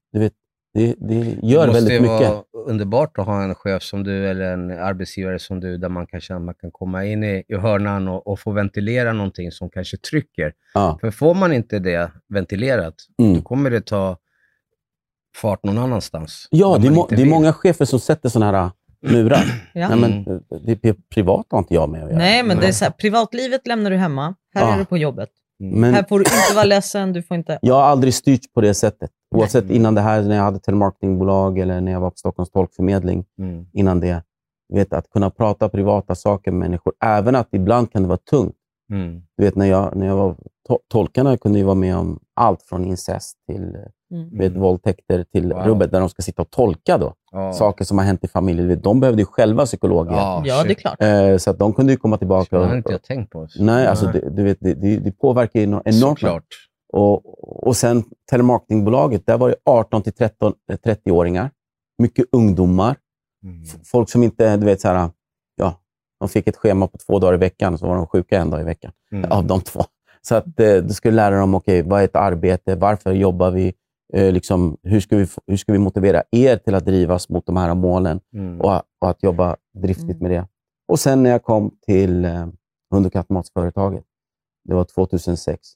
[SPEAKER 5] det, det gör väldigt
[SPEAKER 3] Det
[SPEAKER 5] mycket.
[SPEAKER 3] måste ju vara underbart att ha en chef som du eller en arbetsgivare som du där man kan känna att man kan komma in i, i hörnan och, och få ventilera någonting som kanske trycker.
[SPEAKER 5] Ja.
[SPEAKER 3] För får man inte det ventilerat,
[SPEAKER 5] Mm.
[SPEAKER 3] då kommer det ta fart någon annanstans.
[SPEAKER 5] Ja,
[SPEAKER 3] där
[SPEAKER 5] det är,
[SPEAKER 3] man
[SPEAKER 5] må,
[SPEAKER 3] inte
[SPEAKER 5] det är
[SPEAKER 3] vill.
[SPEAKER 5] många chefer som sätter sådana här äh, murar.
[SPEAKER 2] Ja.
[SPEAKER 5] Nej, men, eh, det är privat har inte jag med att göra.
[SPEAKER 2] Nej, men det är så här, privatlivet lämnar du hemma. Här
[SPEAKER 5] Ja.
[SPEAKER 2] är du på jobbet.
[SPEAKER 3] Mm.
[SPEAKER 5] Men
[SPEAKER 2] Här får du inte vara ledsen, du får inte...
[SPEAKER 5] jag har aldrig styrts på det sättet. Oavsett
[SPEAKER 3] Nej.
[SPEAKER 5] innan det här, när jag hade telemarketingbolag eller när jag var på Stockholms tolkförmedling.
[SPEAKER 3] Mm.
[SPEAKER 5] innan det. Du vet, att kunna prata privata saker med människor, även att ibland kan det vara tungt.
[SPEAKER 3] Mm.
[SPEAKER 5] Du vet, när jag, när jag var to- tolkarna kunde ju vara med om allt från incest till eh, du vet,
[SPEAKER 3] Mm.
[SPEAKER 5] våldtäkter till
[SPEAKER 3] Wow.
[SPEAKER 5] rubbet, där de ska sitta och tolka då.
[SPEAKER 3] Ja.
[SPEAKER 5] saker som har hänt i familjen. Du vet, de behövde ju själva psykologer.
[SPEAKER 3] Ja,
[SPEAKER 2] Ja, det är klart.
[SPEAKER 5] Eh, så att de kunde ju komma
[SPEAKER 3] Det
[SPEAKER 5] tillbaka.
[SPEAKER 3] har
[SPEAKER 5] Och,
[SPEAKER 3] inte jag tänkt på.
[SPEAKER 5] nej, alltså, det, du vet, det, det, det påverkar ju no- enormt.
[SPEAKER 3] Såklart.
[SPEAKER 5] Och, och sen telemarketingbolaget, där var det 18 till 13 eh, 30-åringar. Mycket ungdomar.
[SPEAKER 3] Mm.
[SPEAKER 5] F- folk som inte, du vet så här, ja, de fick ett schema på två dagar i veckan, så var de sjuka en dag i veckan
[SPEAKER 3] Mm.
[SPEAKER 5] av de två. Så att eh, du skulle lära dem, okej, vad är ett arbete? Varför jobbar vi? Eh, liksom, hur, ska vi få- hur ska vi motivera er till att drivas mot de här målen
[SPEAKER 3] Mm.
[SPEAKER 5] och, och att jobba driftigt med det? Och sen när jag kom till eh, hund och kattmatsföretaget, det var 2006,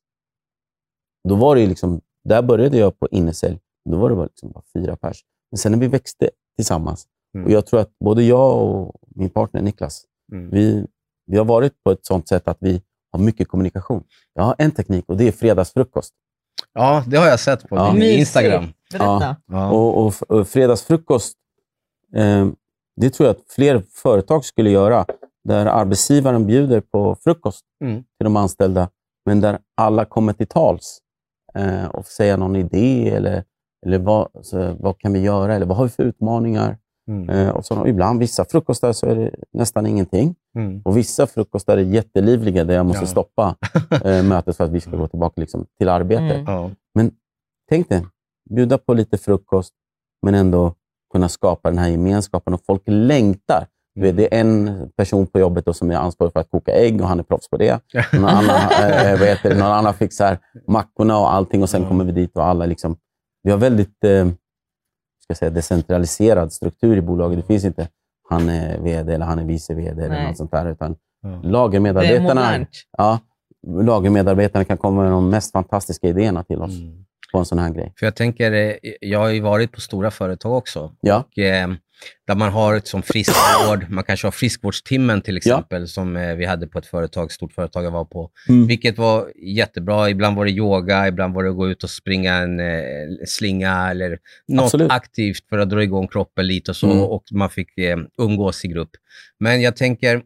[SPEAKER 5] då var det ju liksom, där började jag på innesälj. Då var det bara, liksom bara fyra pers. Men sen när vi växte tillsammans,
[SPEAKER 3] Mm.
[SPEAKER 5] och jag tror att både jag och min partner Niklas,
[SPEAKER 3] Mm.
[SPEAKER 5] vi, vi har varit på ett sånt sätt att vi har mycket kommunikation. Jag har en teknik och det är fredagsfrukost.
[SPEAKER 3] Ja, det har jag sett på
[SPEAKER 5] Ja.
[SPEAKER 3] din
[SPEAKER 2] Mysigt.
[SPEAKER 3] Instagram.
[SPEAKER 2] Berätta.
[SPEAKER 3] Ja.
[SPEAKER 5] Och, och, f- och fredagsfrukost, eh, det tror jag att fler företag skulle göra. Där arbetsgivaren bjuder på frukost
[SPEAKER 3] Mm.
[SPEAKER 5] till de anställda, men där alla kommer till tals eh, och får säga någon idé eller, eller vad, så, vad kan vi göra eller vad har vi för utmaningar.
[SPEAKER 3] Mm.
[SPEAKER 5] Eh, och så, och ibland, vissa frukostar så är det nästan ingenting.
[SPEAKER 3] Mm.
[SPEAKER 5] Och vissa frukostar är jättelivliga där jag måste
[SPEAKER 3] Ja.
[SPEAKER 5] stoppa eh, mötet för att vi ska gå tillbaka liksom, till arbetet.
[SPEAKER 2] Mm.
[SPEAKER 3] Ja.
[SPEAKER 5] Tänk dig, bjuda på lite frukost men ändå kunna skapa den här gemenskapen och folk längtar. Du vet, Det är en person på jobbet då som är ansvarig för att koka ägg och han är proffs på det. Någon annan, eh, vad heter det, någon annan fixar mackorna och allting och sen
[SPEAKER 3] Ja.
[SPEAKER 5] kommer vi dit och alla liksom... Vi har väldigt eh, ska jag säga, decentraliserad struktur i bolaget. Det finns inte han är vd eller han är vice vd eller
[SPEAKER 2] Nej.
[SPEAKER 5] något sånt där. Utan
[SPEAKER 3] Ja.
[SPEAKER 2] Det är
[SPEAKER 5] Lagermedarbetarna,
[SPEAKER 2] modernt.
[SPEAKER 5] ja, lagermedarbetarna kan komma med de mest fantastiska idéerna till oss
[SPEAKER 3] Mm.
[SPEAKER 5] på en sån här grej.
[SPEAKER 3] För jag tänker, eh, jag har ju varit på stora företag också.
[SPEAKER 5] Ja.
[SPEAKER 3] Och, eh, där man har ett som friskvård, man kanske har friskvårdstimmen till exempel, som eh, vi hade på ett företag, stort företag jag var på.
[SPEAKER 5] Mm.
[SPEAKER 3] Vilket var jättebra. Ibland var det yoga, ibland var det att gå ut och springa en eh, slinga eller något
[SPEAKER 5] Absolut.
[SPEAKER 3] aktivt för att dra igång kroppen lite och så.
[SPEAKER 5] Mm.
[SPEAKER 3] Och man fick eh, umgås i grupp. Men jag tänker,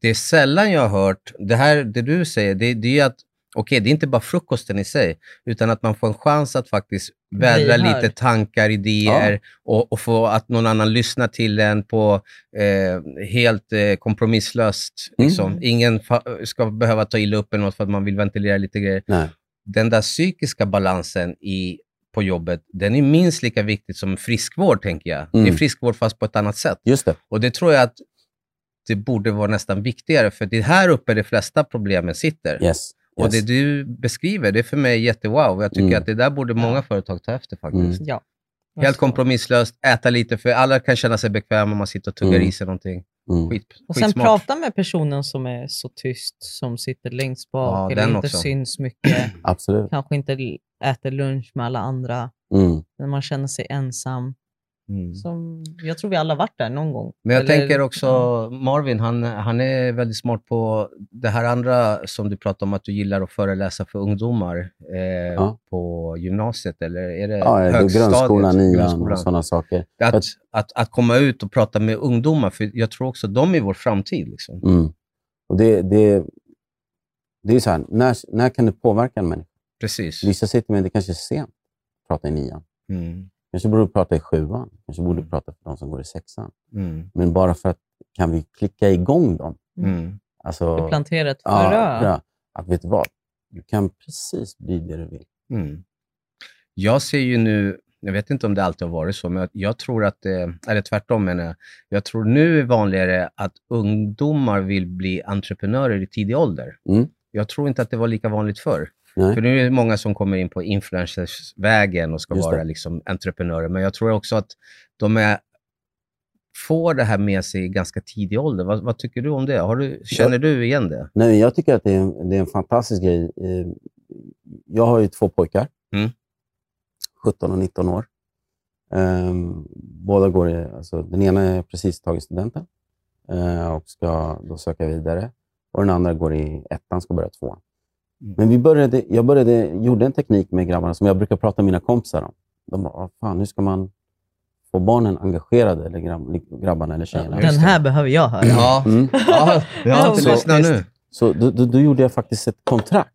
[SPEAKER 3] det är sällan jag har hört, det här det du säger, det, det är ju att Okej, det är inte bara frukosten i sig, utan att man får en chans att faktiskt vädra
[SPEAKER 2] Bli hörd.
[SPEAKER 3] lite tankar, idéer och, och få att någon annan lyssnar till en på eh, helt eh, kompromisslöst.
[SPEAKER 5] Mm.
[SPEAKER 3] Liksom. Ingen fa- ska behöva ta illa upp eller något för att man vill ventilera lite grejer.
[SPEAKER 5] Nej.
[SPEAKER 3] Den där psykiska balansen i, på jobbet, den är minst lika viktig som friskvård, tänker jag. Det
[SPEAKER 5] Mm.
[SPEAKER 3] är friskvård fast på ett annat sätt.
[SPEAKER 5] Just det.
[SPEAKER 3] Och det tror jag att det borde vara nästan viktigare, för det är här uppe de flesta problemen sitter.
[SPEAKER 5] Yes.
[SPEAKER 3] Och det
[SPEAKER 5] yes.
[SPEAKER 3] du beskriver, det är för mig jättewow. Jag tycker
[SPEAKER 5] Mm.
[SPEAKER 3] att det där borde många företag ta efter faktiskt.
[SPEAKER 2] Ja.
[SPEAKER 3] Helt kompromisslöst, äta lite, för alla kan känna sig bekväma om man sitter och tuggar
[SPEAKER 5] Mm.
[SPEAKER 3] i sig någonting.
[SPEAKER 5] Mm.
[SPEAKER 3] Skit,
[SPEAKER 2] Och sen
[SPEAKER 3] skitsmart.
[SPEAKER 2] prata med personen som är så tyst, som sitter längst bak
[SPEAKER 3] Ja,
[SPEAKER 2] eller
[SPEAKER 3] den
[SPEAKER 2] inte
[SPEAKER 3] också.
[SPEAKER 2] syns mycket,
[SPEAKER 5] Absolut.
[SPEAKER 2] kanske inte äter lunch med alla andra,
[SPEAKER 5] Mm.
[SPEAKER 2] när man känner sig ensam.
[SPEAKER 4] Mm.
[SPEAKER 2] Som, jag tror vi alla varit där någon gång.
[SPEAKER 3] Men jag
[SPEAKER 2] Eller-
[SPEAKER 3] tänker också, Marvin, han, han är väldigt smart på det här andra som du pratade om, att du gillar att föreläsa för ungdomar eh,
[SPEAKER 5] Ja.
[SPEAKER 3] på gymnasiet, eller är det
[SPEAKER 5] Ja, då
[SPEAKER 3] högstadiet?
[SPEAKER 5] grundskolan, nian
[SPEAKER 3] Grundskolan.
[SPEAKER 5] och sådana saker.
[SPEAKER 3] Att, att, att komma ut och prata med ungdomar, för jag tror också de är vår framtid. Liksom.
[SPEAKER 5] Mm. Och det, det, det är så här, när, när kan du påverka en människa?
[SPEAKER 3] Precis.
[SPEAKER 5] Vissa sitter med det kanske är sent att prata i nian.
[SPEAKER 3] Mm.
[SPEAKER 5] Kanske borde du prata i sjuan. Kanske borde du prata för de som går i sexan.
[SPEAKER 3] Mm.
[SPEAKER 5] Men bara för att kan vi klicka igång dem?
[SPEAKER 3] Mm.
[SPEAKER 5] Alltså,
[SPEAKER 2] Plantera ett
[SPEAKER 5] ja,
[SPEAKER 2] frö.
[SPEAKER 5] frö. Att vet du vad? Du kan precis bli det du vill.
[SPEAKER 3] Mm. Jag ser ju nu, jag vet inte om det alltid har varit så, men jag, jag tror att det, eller tvärtom menar jag, jag tror nu är vanligare att ungdomar vill bli entreprenörer i tidig ålder.
[SPEAKER 5] Mm.
[SPEAKER 3] Jag tror inte att det var lika vanligt förr.
[SPEAKER 5] Nej.
[SPEAKER 3] För nu är det många som kommer in på influencersvägen och ska
[SPEAKER 5] Just det.
[SPEAKER 3] vara liksom entreprenörer, men jag tror också att de är, får det här med sig i ganska tidig ålder. Vad, vad tycker du om det? Har du, känner du igen det?
[SPEAKER 5] Nej, men jag tycker att det är, en- det är en fantastisk grej. Eh, Jag har ju två pojkar,
[SPEAKER 3] Mm.
[SPEAKER 5] 17 och 19 år. Ehm, båda går i, alltså, den ena är precis tagit studenten eh, och ska då söka vidare. Och den andra går i ettan, ska börja tvåan.
[SPEAKER 3] Mm.
[SPEAKER 5] Men vi började, jag började, gjorde en teknik med grabbarna som jag brukar prata med mina kompisar om. De bara, "Ah, fan, hur ska man få barnen engagerade, eller grabb, grabbarna eller tjejerna?
[SPEAKER 3] just
[SPEAKER 2] Den här behöver jag höra.
[SPEAKER 3] Ja,
[SPEAKER 5] Mm.
[SPEAKER 3] ja, ja
[SPEAKER 2] Så-
[SPEAKER 3] lyssna nu.
[SPEAKER 5] Så då, då, då gjorde jag faktiskt ett kontrakt.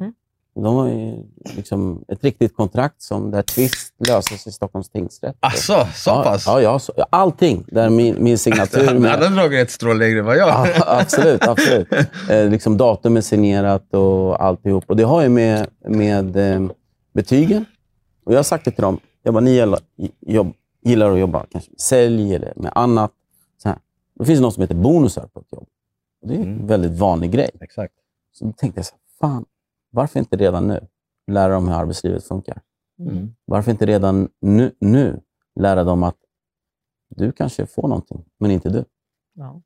[SPEAKER 2] Mm.
[SPEAKER 5] De har ju liksom ett riktigt kontrakt som där tvist löses i Stockholms tingsrätt.
[SPEAKER 3] Alltså, så
[SPEAKER 5] ja,
[SPEAKER 3] pass?
[SPEAKER 5] Ja, ja, så, ja, allting. Där min, min signatur.
[SPEAKER 3] Han
[SPEAKER 5] Med,
[SPEAKER 3] hade dragit ett strå längre än vad jag.
[SPEAKER 5] ja, absolut, absolut. Eh, liksom datum är signerat och alltihop. Och det har ju med, med eh, betygen. Och jag har sagt det till dem. Jag bara, ni gillar, jobb, gillar att jobba kanske med sälj eller med annat. Så här. Då finns det något som heter bonusar på ett jobb. Och det är en
[SPEAKER 3] Mm.
[SPEAKER 5] väldigt vanlig grej.
[SPEAKER 3] Exakt.
[SPEAKER 5] Så då tänkte jag, så här, fan, varför inte redan nu lära dem hur arbetslivet funkar?
[SPEAKER 3] Mm.
[SPEAKER 5] Varför inte redan nu, nu lära dem att du kanske får någonting, men inte du?
[SPEAKER 2] Ja.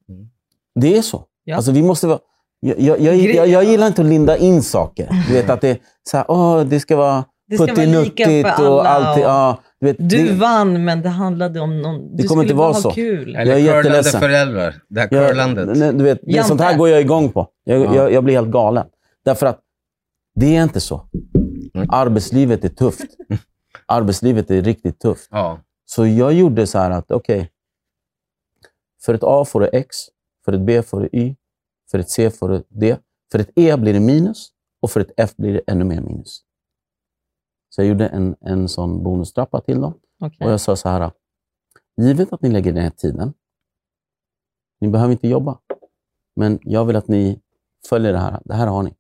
[SPEAKER 5] Det är så.
[SPEAKER 2] Ja.
[SPEAKER 5] Alltså, vi måste vara... Jag, jag, jag, jag, jag gillar inte att linda in saker. Du vet att det är så här, åh, det ska vara
[SPEAKER 2] Det ska vara lika
[SPEAKER 5] puttinuttigt
[SPEAKER 2] för
[SPEAKER 5] och
[SPEAKER 2] alla.
[SPEAKER 5] allt.
[SPEAKER 2] och-
[SPEAKER 5] Ja, du vet,
[SPEAKER 2] Du
[SPEAKER 5] det,
[SPEAKER 2] vann, men det handlade om någon...
[SPEAKER 5] Det
[SPEAKER 2] du
[SPEAKER 5] kommer inte
[SPEAKER 2] skulle
[SPEAKER 5] vara
[SPEAKER 2] bara ha
[SPEAKER 5] så.
[SPEAKER 2] kul.
[SPEAKER 3] Eller
[SPEAKER 5] Jag är
[SPEAKER 3] curlande
[SPEAKER 5] jätteledsen.
[SPEAKER 3] föräldrar. Det här
[SPEAKER 5] jag,
[SPEAKER 3] curlandet.
[SPEAKER 5] nej, du vet, det,
[SPEAKER 2] Jante.
[SPEAKER 5] sånt här går jag igång på. Jag,
[SPEAKER 3] Ja.
[SPEAKER 5] jag, jag blir helt galen. Därför att det är inte så.
[SPEAKER 3] Nej.
[SPEAKER 5] Arbetslivet är tufft. Arbetslivet är riktigt tufft.
[SPEAKER 3] Ja.
[SPEAKER 5] Så jag gjorde så här att, okej. för ett A får du X, för ett B får du Y, för ett C får du D. För ett E blir det minus och för ett F blir det ännu mer minus. Så jag gjorde en, en sån bonustrappa till dem.
[SPEAKER 2] Okej.
[SPEAKER 5] Och jag sa så här, givet att ni lägger den här tiden, ni behöver inte jobba, men jag vill att ni följer det här. Det här har ni.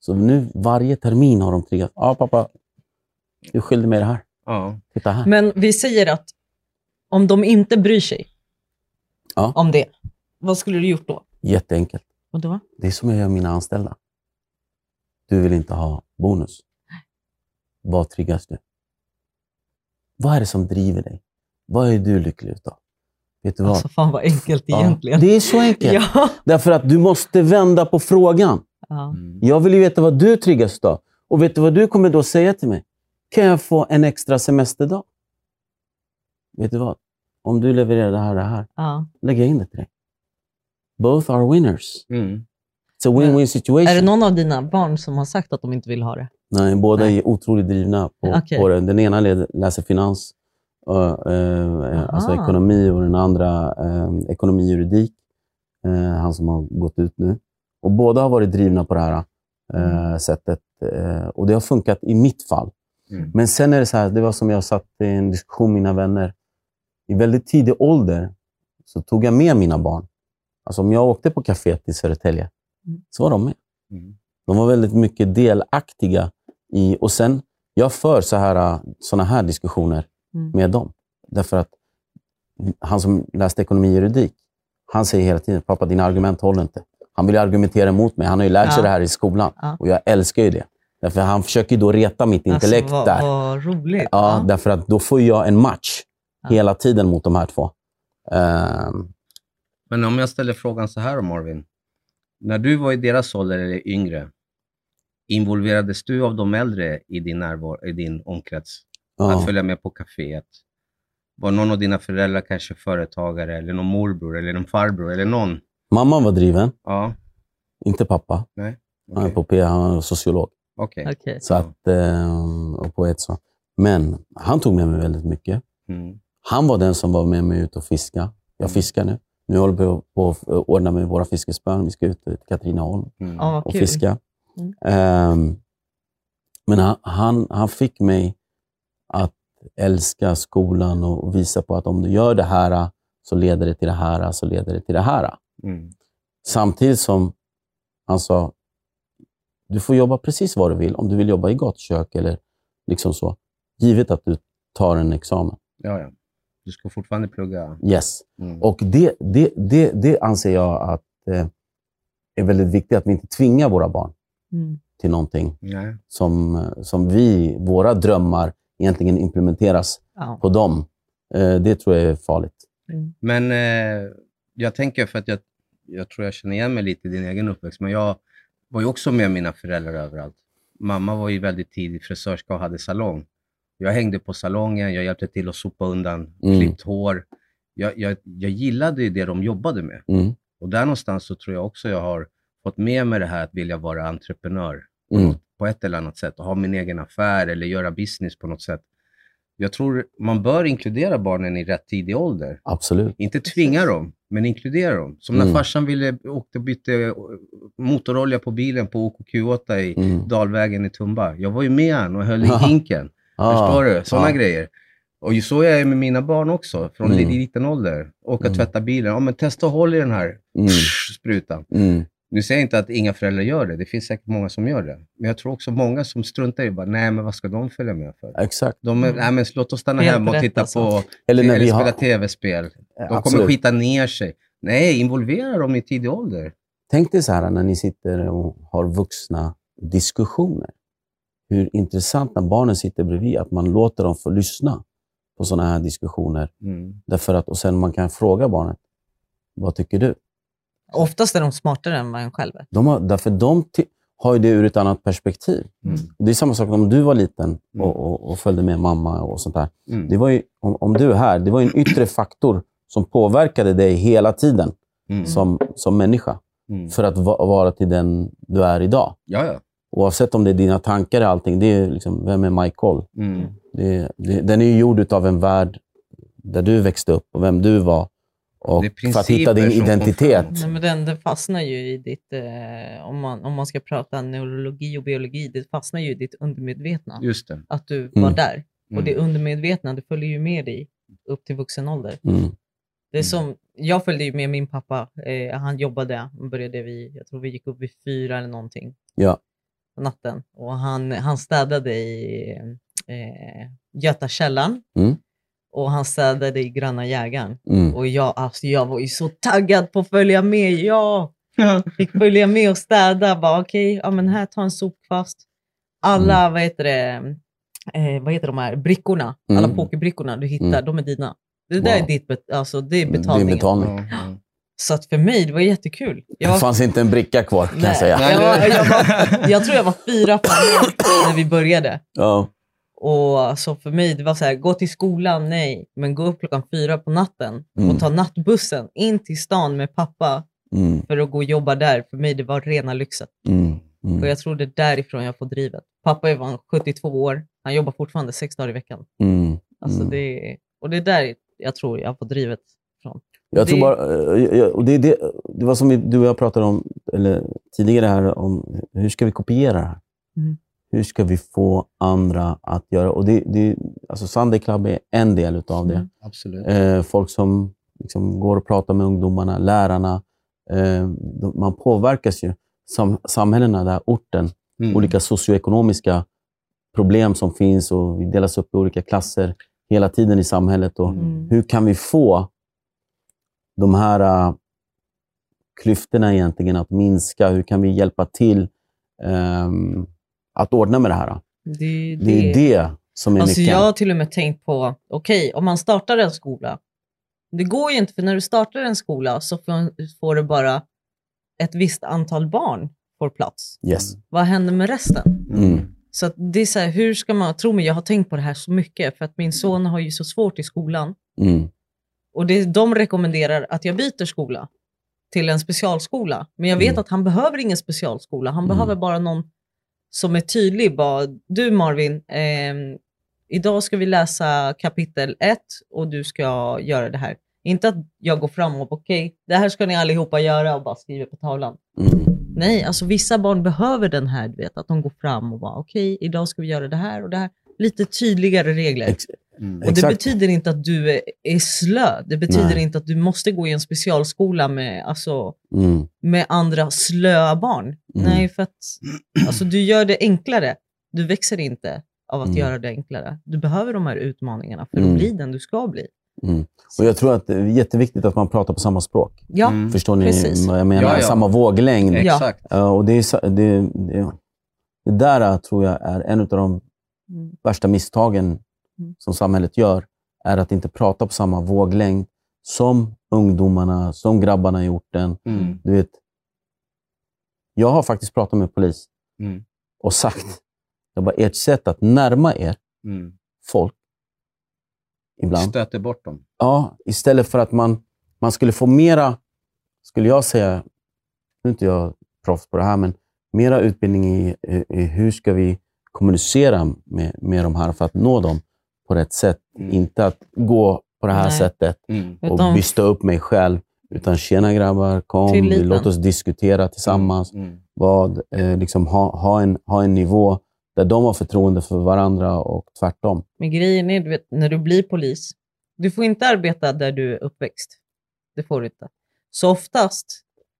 [SPEAKER 5] Så nu varje termin har de triggat. Ja, pappa, du skyllde mig det här.
[SPEAKER 3] ja.
[SPEAKER 5] Titta här.
[SPEAKER 2] Men vi säger att om de inte bryr sig
[SPEAKER 5] Ja.
[SPEAKER 2] om det, vad skulle du gjort då?
[SPEAKER 5] Jätteenkelt.
[SPEAKER 2] Och då?
[SPEAKER 5] Det är som jag gör mina anställda. Du vill inte ha bonus. Vad triggas du? Vad är det som driver dig? Vad är du lycklig utav? Vet du vad?
[SPEAKER 2] Alltså fan vad enkelt
[SPEAKER 5] Ja,
[SPEAKER 2] egentligen.
[SPEAKER 5] Det är så enkelt.
[SPEAKER 2] Ja.
[SPEAKER 5] Därför att du måste vända på frågan.
[SPEAKER 2] Ja.
[SPEAKER 3] Mm.
[SPEAKER 5] Jag vill ju veta vad du triggas av. Och vet du vad du kommer då säga till mig? Kan jag få en extra semesterdag? Vet du vad? Om du levererar det här det här,
[SPEAKER 2] Ja.
[SPEAKER 5] lägger jag in det till dig. Both are winners.
[SPEAKER 3] Mm.
[SPEAKER 5] It's a win-win situation.
[SPEAKER 2] Är det någon av dina barn som har sagt att de inte vill ha det?
[SPEAKER 5] Nej, båda är otroligt drivna på,
[SPEAKER 2] Okej.
[SPEAKER 5] på det. Den ena led- läser finans, och, eh, alltså
[SPEAKER 2] Aha.
[SPEAKER 5] ekonomi, och den andra eh, ekonomi och juridik. Eh, han som har gått ut nu. Och båda har varit drivna på det här eh,
[SPEAKER 2] Mm.
[SPEAKER 5] sättet. Eh, och det har funkat i mitt fall.
[SPEAKER 3] Mm.
[SPEAKER 5] Men sen är det så här, det var som jag satt i en diskussion med mina vänner. I väldigt tidig ålder så tog jag med mina barn. Alltså om jag åkte på kaféet i Södertälje,
[SPEAKER 2] Mm.
[SPEAKER 5] så var de med.
[SPEAKER 3] Mm.
[SPEAKER 5] De var väldigt mycket delaktiga i... Och sen, jag för så här, äh, såna här diskussioner
[SPEAKER 2] Mm.
[SPEAKER 5] med dem. Därför att han som läste ekonomi och juridik, han säger hela tiden, pappa dina argument håller inte. Han vill ju argumentera emot mig. Han har ju lärt sig
[SPEAKER 2] Ja.
[SPEAKER 5] det här i skolan.
[SPEAKER 2] Ja.
[SPEAKER 5] Och jag älskar ju det. Därför han försöker ju då reta mitt intellekt
[SPEAKER 2] alltså, vad,
[SPEAKER 5] där.
[SPEAKER 2] Vad roligt.
[SPEAKER 5] Ja, därför att då får jag en match
[SPEAKER 2] Ja.
[SPEAKER 5] hela tiden mot de här två. Ehm,
[SPEAKER 3] Men om jag ställer frågan så här om Marvin. När du var i deras ålder eller yngre, involverades du av de äldre i din, närvaro, i din omkrets?
[SPEAKER 5] ja.
[SPEAKER 3] Att följa med på kaféet? Var någon av dina föräldrar kanske företagare, eller någon morbror, eller någon farbror, eller någon?
[SPEAKER 5] Mamman var driven,
[SPEAKER 3] Ja,
[SPEAKER 5] inte pappa. Han är
[SPEAKER 3] okej.
[SPEAKER 5] på P, han är sociolog.
[SPEAKER 3] Okej.
[SPEAKER 2] Okej.
[SPEAKER 5] Så att, eh, och poet. Så. Men han tog med mig väldigt mycket.
[SPEAKER 3] Mm.
[SPEAKER 5] Han var den som var med mig ut och fiska. Jag
[SPEAKER 3] Mm.
[SPEAKER 5] fiskar nu. Nu håller vi på att ordna med våra fiskespön. Vi ska ut till Katrineholm.
[SPEAKER 3] Mm.
[SPEAKER 2] Ja, vad
[SPEAKER 5] och
[SPEAKER 2] kul.
[SPEAKER 5] fiska.
[SPEAKER 2] Mm.
[SPEAKER 5] Ehm, men han, han, han fick mig att älska skolan och och visa på att om du gör det här så leder det till det här, så leder det till det här.
[SPEAKER 3] Mm.
[SPEAKER 5] Samtidigt som han sa, du får jobba precis vad du vill, om du vill jobba i gatukök eller liksom så. Givet att du tar en examen.
[SPEAKER 3] Ja, ja. Du ska fortfarande plugga.
[SPEAKER 5] Yes.
[SPEAKER 3] Mm.
[SPEAKER 5] Och det, det, det, det anser jag att eh, är väldigt viktigt, att vi inte tvingar våra barn
[SPEAKER 2] Mm.
[SPEAKER 5] till någonting
[SPEAKER 3] Nej.
[SPEAKER 5] som, eh, som vi, våra drömmar egentligen implementeras
[SPEAKER 2] Ja. Mm.
[SPEAKER 5] på dem. Eh, det tror jag är farligt.
[SPEAKER 3] Men eh, jag tänker, för att jag, jag tror jag känner igen mig lite i din egen uppväxt, men jag var ju också med mina föräldrar överallt. Mamma var ju väldigt tidigt frisörska och hade salong. Jag hängde på salongen, jag hjälpte till att sopa undan
[SPEAKER 5] Mm.
[SPEAKER 3] klippt hår. Jag, jag, jag gillade ju det de jobbade med.
[SPEAKER 5] Mm.
[SPEAKER 3] Och där någonstans så tror jag också jag har fått med mig det här att vilja vara entreprenör
[SPEAKER 5] Mm.
[SPEAKER 3] på ett eller annat sätt och ha min egen affär eller göra business på något sätt. Jag tror man bör inkludera barnen i rätt tidig ålder.
[SPEAKER 5] Absolut.
[SPEAKER 3] Inte tvinga dem, men inkludera dem. Som när
[SPEAKER 5] Mm.
[SPEAKER 3] farsan ville åkte och bytte eh, motorolja på bilen på OKQ8 i
[SPEAKER 5] Mm.
[SPEAKER 3] Dalvägen i Tumba. Jag var ju med han och höll i
[SPEAKER 5] Ja.
[SPEAKER 3] hinken.
[SPEAKER 5] Ah,
[SPEAKER 3] Förstår du? Sådana
[SPEAKER 5] ja.
[SPEAKER 3] grejer. Och ju så är jag med mina barn också, från
[SPEAKER 5] Mm.
[SPEAKER 3] liten ålder. Åka och
[SPEAKER 5] Mm.
[SPEAKER 3] tvätta bilen. Ja, men testa att hålla i den här
[SPEAKER 5] Mm.
[SPEAKER 3] sprutan.
[SPEAKER 5] Mm.
[SPEAKER 3] Nu säger jag inte att inga föräldrar gör det. Det finns säkert många som gör det. Men jag tror också många som struntar i bara, nej men vad ska de följa med för?
[SPEAKER 5] Exakt.
[SPEAKER 3] De är, nej men låt oss stanna
[SPEAKER 2] Mm. Helt
[SPEAKER 3] hemma och
[SPEAKER 2] rätt,
[SPEAKER 3] titta
[SPEAKER 2] alltså.
[SPEAKER 3] på
[SPEAKER 5] Eller när
[SPEAKER 3] eller
[SPEAKER 5] vi
[SPEAKER 3] spela
[SPEAKER 5] har... Eh,
[SPEAKER 3] tv-spel. De kommer
[SPEAKER 5] Absolut.
[SPEAKER 3] skita ner sig. Nej, involvera dem i tidig ålder.
[SPEAKER 5] Tänk dig så här när ni sitter och har vuxna diskussioner. Hur intressant när barnen sitter bredvid, att man låter dem få lyssna på sådana här diskussioner.
[SPEAKER 3] Mm.
[SPEAKER 5] Därför att, och sen man kan fråga barnet, vad tycker du?
[SPEAKER 2] Oftast är de smartare än man själv är.
[SPEAKER 5] De har, därför de ti- har ju det ur ett annat perspektiv.
[SPEAKER 3] Mm.
[SPEAKER 5] Och Det är samma sak om du var liten och, och, och följde med mamma och sånt där.
[SPEAKER 3] Mm.
[SPEAKER 5] Det var ju, om, om du är här, det var ju en yttre faktor som påverkade dig hela tiden
[SPEAKER 3] Mm.
[SPEAKER 5] som, som människa
[SPEAKER 3] Mm.
[SPEAKER 5] för att va, vara till den du är idag.
[SPEAKER 3] Ja, ja.
[SPEAKER 5] Oavsett om det är dina tankar och allting, det är ju liksom, vem är Michael?
[SPEAKER 3] Mm.
[SPEAKER 5] Det, det, den är ju gjord av en värld där du växte upp och vem du var. Och
[SPEAKER 3] Det är
[SPEAKER 5] för att hitta din
[SPEAKER 3] principer som kom
[SPEAKER 5] identitet.
[SPEAKER 3] fram.
[SPEAKER 2] Nej, men den, den fastnar ju i ditt, eh, om, man, om man ska prata neurologi och biologi, det fastnar ju i ditt undermedvetna.
[SPEAKER 3] Just det.
[SPEAKER 2] Att du var
[SPEAKER 5] Mm.
[SPEAKER 2] där. Och
[SPEAKER 3] Mm.
[SPEAKER 2] det undermedvetna, det följer ju med dig upp till vuxen ålder.
[SPEAKER 5] Mm.
[SPEAKER 2] Det är
[SPEAKER 3] Mm.
[SPEAKER 2] som, jag följde ju med min pappa. Eh, han jobbade, han började vi, jag tror vi gick upp vid fyra eller någonting
[SPEAKER 5] Ja.
[SPEAKER 2] på natten. Och han, han städade i eh, Göta källan
[SPEAKER 5] Mm.
[SPEAKER 2] och han städade i Gröna jägaren.
[SPEAKER 5] Mm.
[SPEAKER 2] Och jag, alltså, jag var ju så taggad på att följa med. Ja! Fick följa med och städa. Bara okej, ja men här, ta en sopkvast. Alla,
[SPEAKER 5] Mm.
[SPEAKER 2] vad heter det, eh, vad heter de här brickorna? Alla
[SPEAKER 5] Mm.
[SPEAKER 2] pokerbrickorna du hittar,
[SPEAKER 5] Mm.
[SPEAKER 2] de är dina. Det där är
[SPEAKER 5] Wow. Mm,
[SPEAKER 2] ditt, bet- alltså det är
[SPEAKER 5] Din
[SPEAKER 2] betalningen.
[SPEAKER 5] betalning.
[SPEAKER 3] Ja, ja.
[SPEAKER 2] Så att för mig, det var jättekul. Jag,
[SPEAKER 5] Det
[SPEAKER 2] var,
[SPEAKER 5] fanns inte en bricka kvar kan
[SPEAKER 2] Nej.
[SPEAKER 5] jag säga.
[SPEAKER 2] Jag var- jag jag tror jag var fyra, fem år när vi började.
[SPEAKER 5] Ja.
[SPEAKER 2] Och alltså för mig, det var så här, gå till skolan, nej. Men gå upp klockan fyra på natten
[SPEAKER 5] Mm.
[SPEAKER 2] och ta nattbussen in till stan med pappa
[SPEAKER 5] Mm,
[SPEAKER 2] för att gå och jobba där. För mig, det var rena lyxen.
[SPEAKER 5] mm, mm,
[SPEAKER 2] Och jag tror det är därifrån jag får drivet. Pappa var 72 år. Han jobbar fortfarande sex dagar i veckan.
[SPEAKER 5] mm.
[SPEAKER 2] Alltså
[SPEAKER 5] Mm.
[SPEAKER 2] det, och det är där jag tror jag får drivet från.
[SPEAKER 5] Jag tror
[SPEAKER 2] Det-
[SPEAKER 5] bara, eh, jag- och det, är det, det var som vi- du och jag pratade om eller, tidigare här, om hur ska vi kopiera det här?
[SPEAKER 2] Mm.
[SPEAKER 5] Hur ska vi få andra att göra? Och det, det, alltså Sunday Club är en del utav det.
[SPEAKER 3] Absolut.
[SPEAKER 2] Mm.
[SPEAKER 5] Eh, folk som liksom går och pratar med ungdomarna, lärarna. Eh, de, man påverkas ju. Sam, samhällena, där orten,
[SPEAKER 3] Mm.
[SPEAKER 5] olika socioekonomiska problem som finns och vi delas upp i olika klasser hela tiden i samhället. Och,
[SPEAKER 2] Mm.
[SPEAKER 5] hur kan vi få de här äh, klyftorna egentligen att minska? Hur kan vi hjälpa till ehm, att ordna med det här? då?
[SPEAKER 2] Det, är
[SPEAKER 5] Det är det som är
[SPEAKER 2] Alltså
[SPEAKER 5] nyckeln.
[SPEAKER 2] jag har till och med tänkt på, okej, om man startar en skola. Det går ju inte, för när du startar en skola så får- får du bara ett visst antal barn får plats.
[SPEAKER 5] Yes.
[SPEAKER 2] Vad händer med resten?
[SPEAKER 5] Mm.
[SPEAKER 2] Så att det är så här, hur ska man, tro mig, jag har tänkt på det här så mycket, för att min son har ju så svårt i skolan.
[SPEAKER 5] Mm.
[SPEAKER 2] Och det, de rekommenderar att jag byter skola till en specialskola. Men jag vet
[SPEAKER 5] Mm.
[SPEAKER 2] att han behöver ingen specialskola. Han
[SPEAKER 5] Mm.
[SPEAKER 2] behöver bara någon som är tydlig. Bara, du Marvin, ehm, idag ska vi läsa kapitel 1 och du ska göra det här. Inte att jag går fram och okej, det här ska ni allihopa göra och bara skriva på tavlan.
[SPEAKER 5] Mm.
[SPEAKER 2] Nej, alltså vissa barn behöver den här, du vet, att de går fram och bara okej, idag ska vi göra det här och det här. Lite tydligare regler.
[SPEAKER 5] Ex-
[SPEAKER 4] Mm.
[SPEAKER 2] Och det
[SPEAKER 5] Exakt.
[SPEAKER 2] betyder inte att du är, är slö. Det betyder
[SPEAKER 5] Nej.
[SPEAKER 2] inte att du måste gå i en specialskola med, alltså,
[SPEAKER 5] Mm.
[SPEAKER 2] med andra slöa barn. Nej, för att alltså, du gör det enklare. Du växer inte av att
[SPEAKER 5] Mm.
[SPEAKER 2] göra det enklare. Du behöver de här utmaningarna för
[SPEAKER 5] Mm.
[SPEAKER 2] att bli den du ska bli.
[SPEAKER 5] Och jag tror att det är jätteviktigt att man pratar på samma språk.
[SPEAKER 2] Ja,
[SPEAKER 4] Mm.
[SPEAKER 5] Förstår ni
[SPEAKER 2] Precis.
[SPEAKER 5] vad jag menar?
[SPEAKER 3] Ja, ja.
[SPEAKER 5] Samma våglängd.
[SPEAKER 2] Ja.
[SPEAKER 3] Exakt.
[SPEAKER 5] Ja, och det, är, så- det, det, det där eh, tror jag är en av de
[SPEAKER 2] Mm.
[SPEAKER 5] värsta misstagen
[SPEAKER 2] Mm.
[SPEAKER 5] som samhället gör, är att inte prata på samma våglängd som ungdomarna, som grabbarna i orten.
[SPEAKER 4] Mm.
[SPEAKER 5] Du vet, jag har faktiskt pratat med polis
[SPEAKER 4] Mm.
[SPEAKER 5] och sagt, jag bara, ert sätt att närma er
[SPEAKER 4] Mm.
[SPEAKER 5] folk ibland,
[SPEAKER 3] Stöter bort dem.
[SPEAKER 5] ja, istället för att man, man skulle få mera, skulle jag säga, nu är inte jag proffs på det här, men mera utbildning i, i, i hur ska vi kommunicera med, med de här för att nå dem på rätt sätt.
[SPEAKER 4] Mm.
[SPEAKER 5] Inte att gå på det här
[SPEAKER 2] Nej.
[SPEAKER 5] sättet
[SPEAKER 4] Mm.
[SPEAKER 5] och
[SPEAKER 2] Utan-
[SPEAKER 5] bysta upp mig själv, utan tjena grabbar, kom, vi-
[SPEAKER 2] Tilliten.
[SPEAKER 5] låt oss diskutera tillsammans
[SPEAKER 4] Mm.
[SPEAKER 5] vad, eh, liksom ha, ha, en, ha en nivå där de har förtroende för varandra och tvärtom.
[SPEAKER 2] Men grejen är, du vet, när du blir polis, du får inte arbeta där du är uppväxt. Det får du inte. Så oftast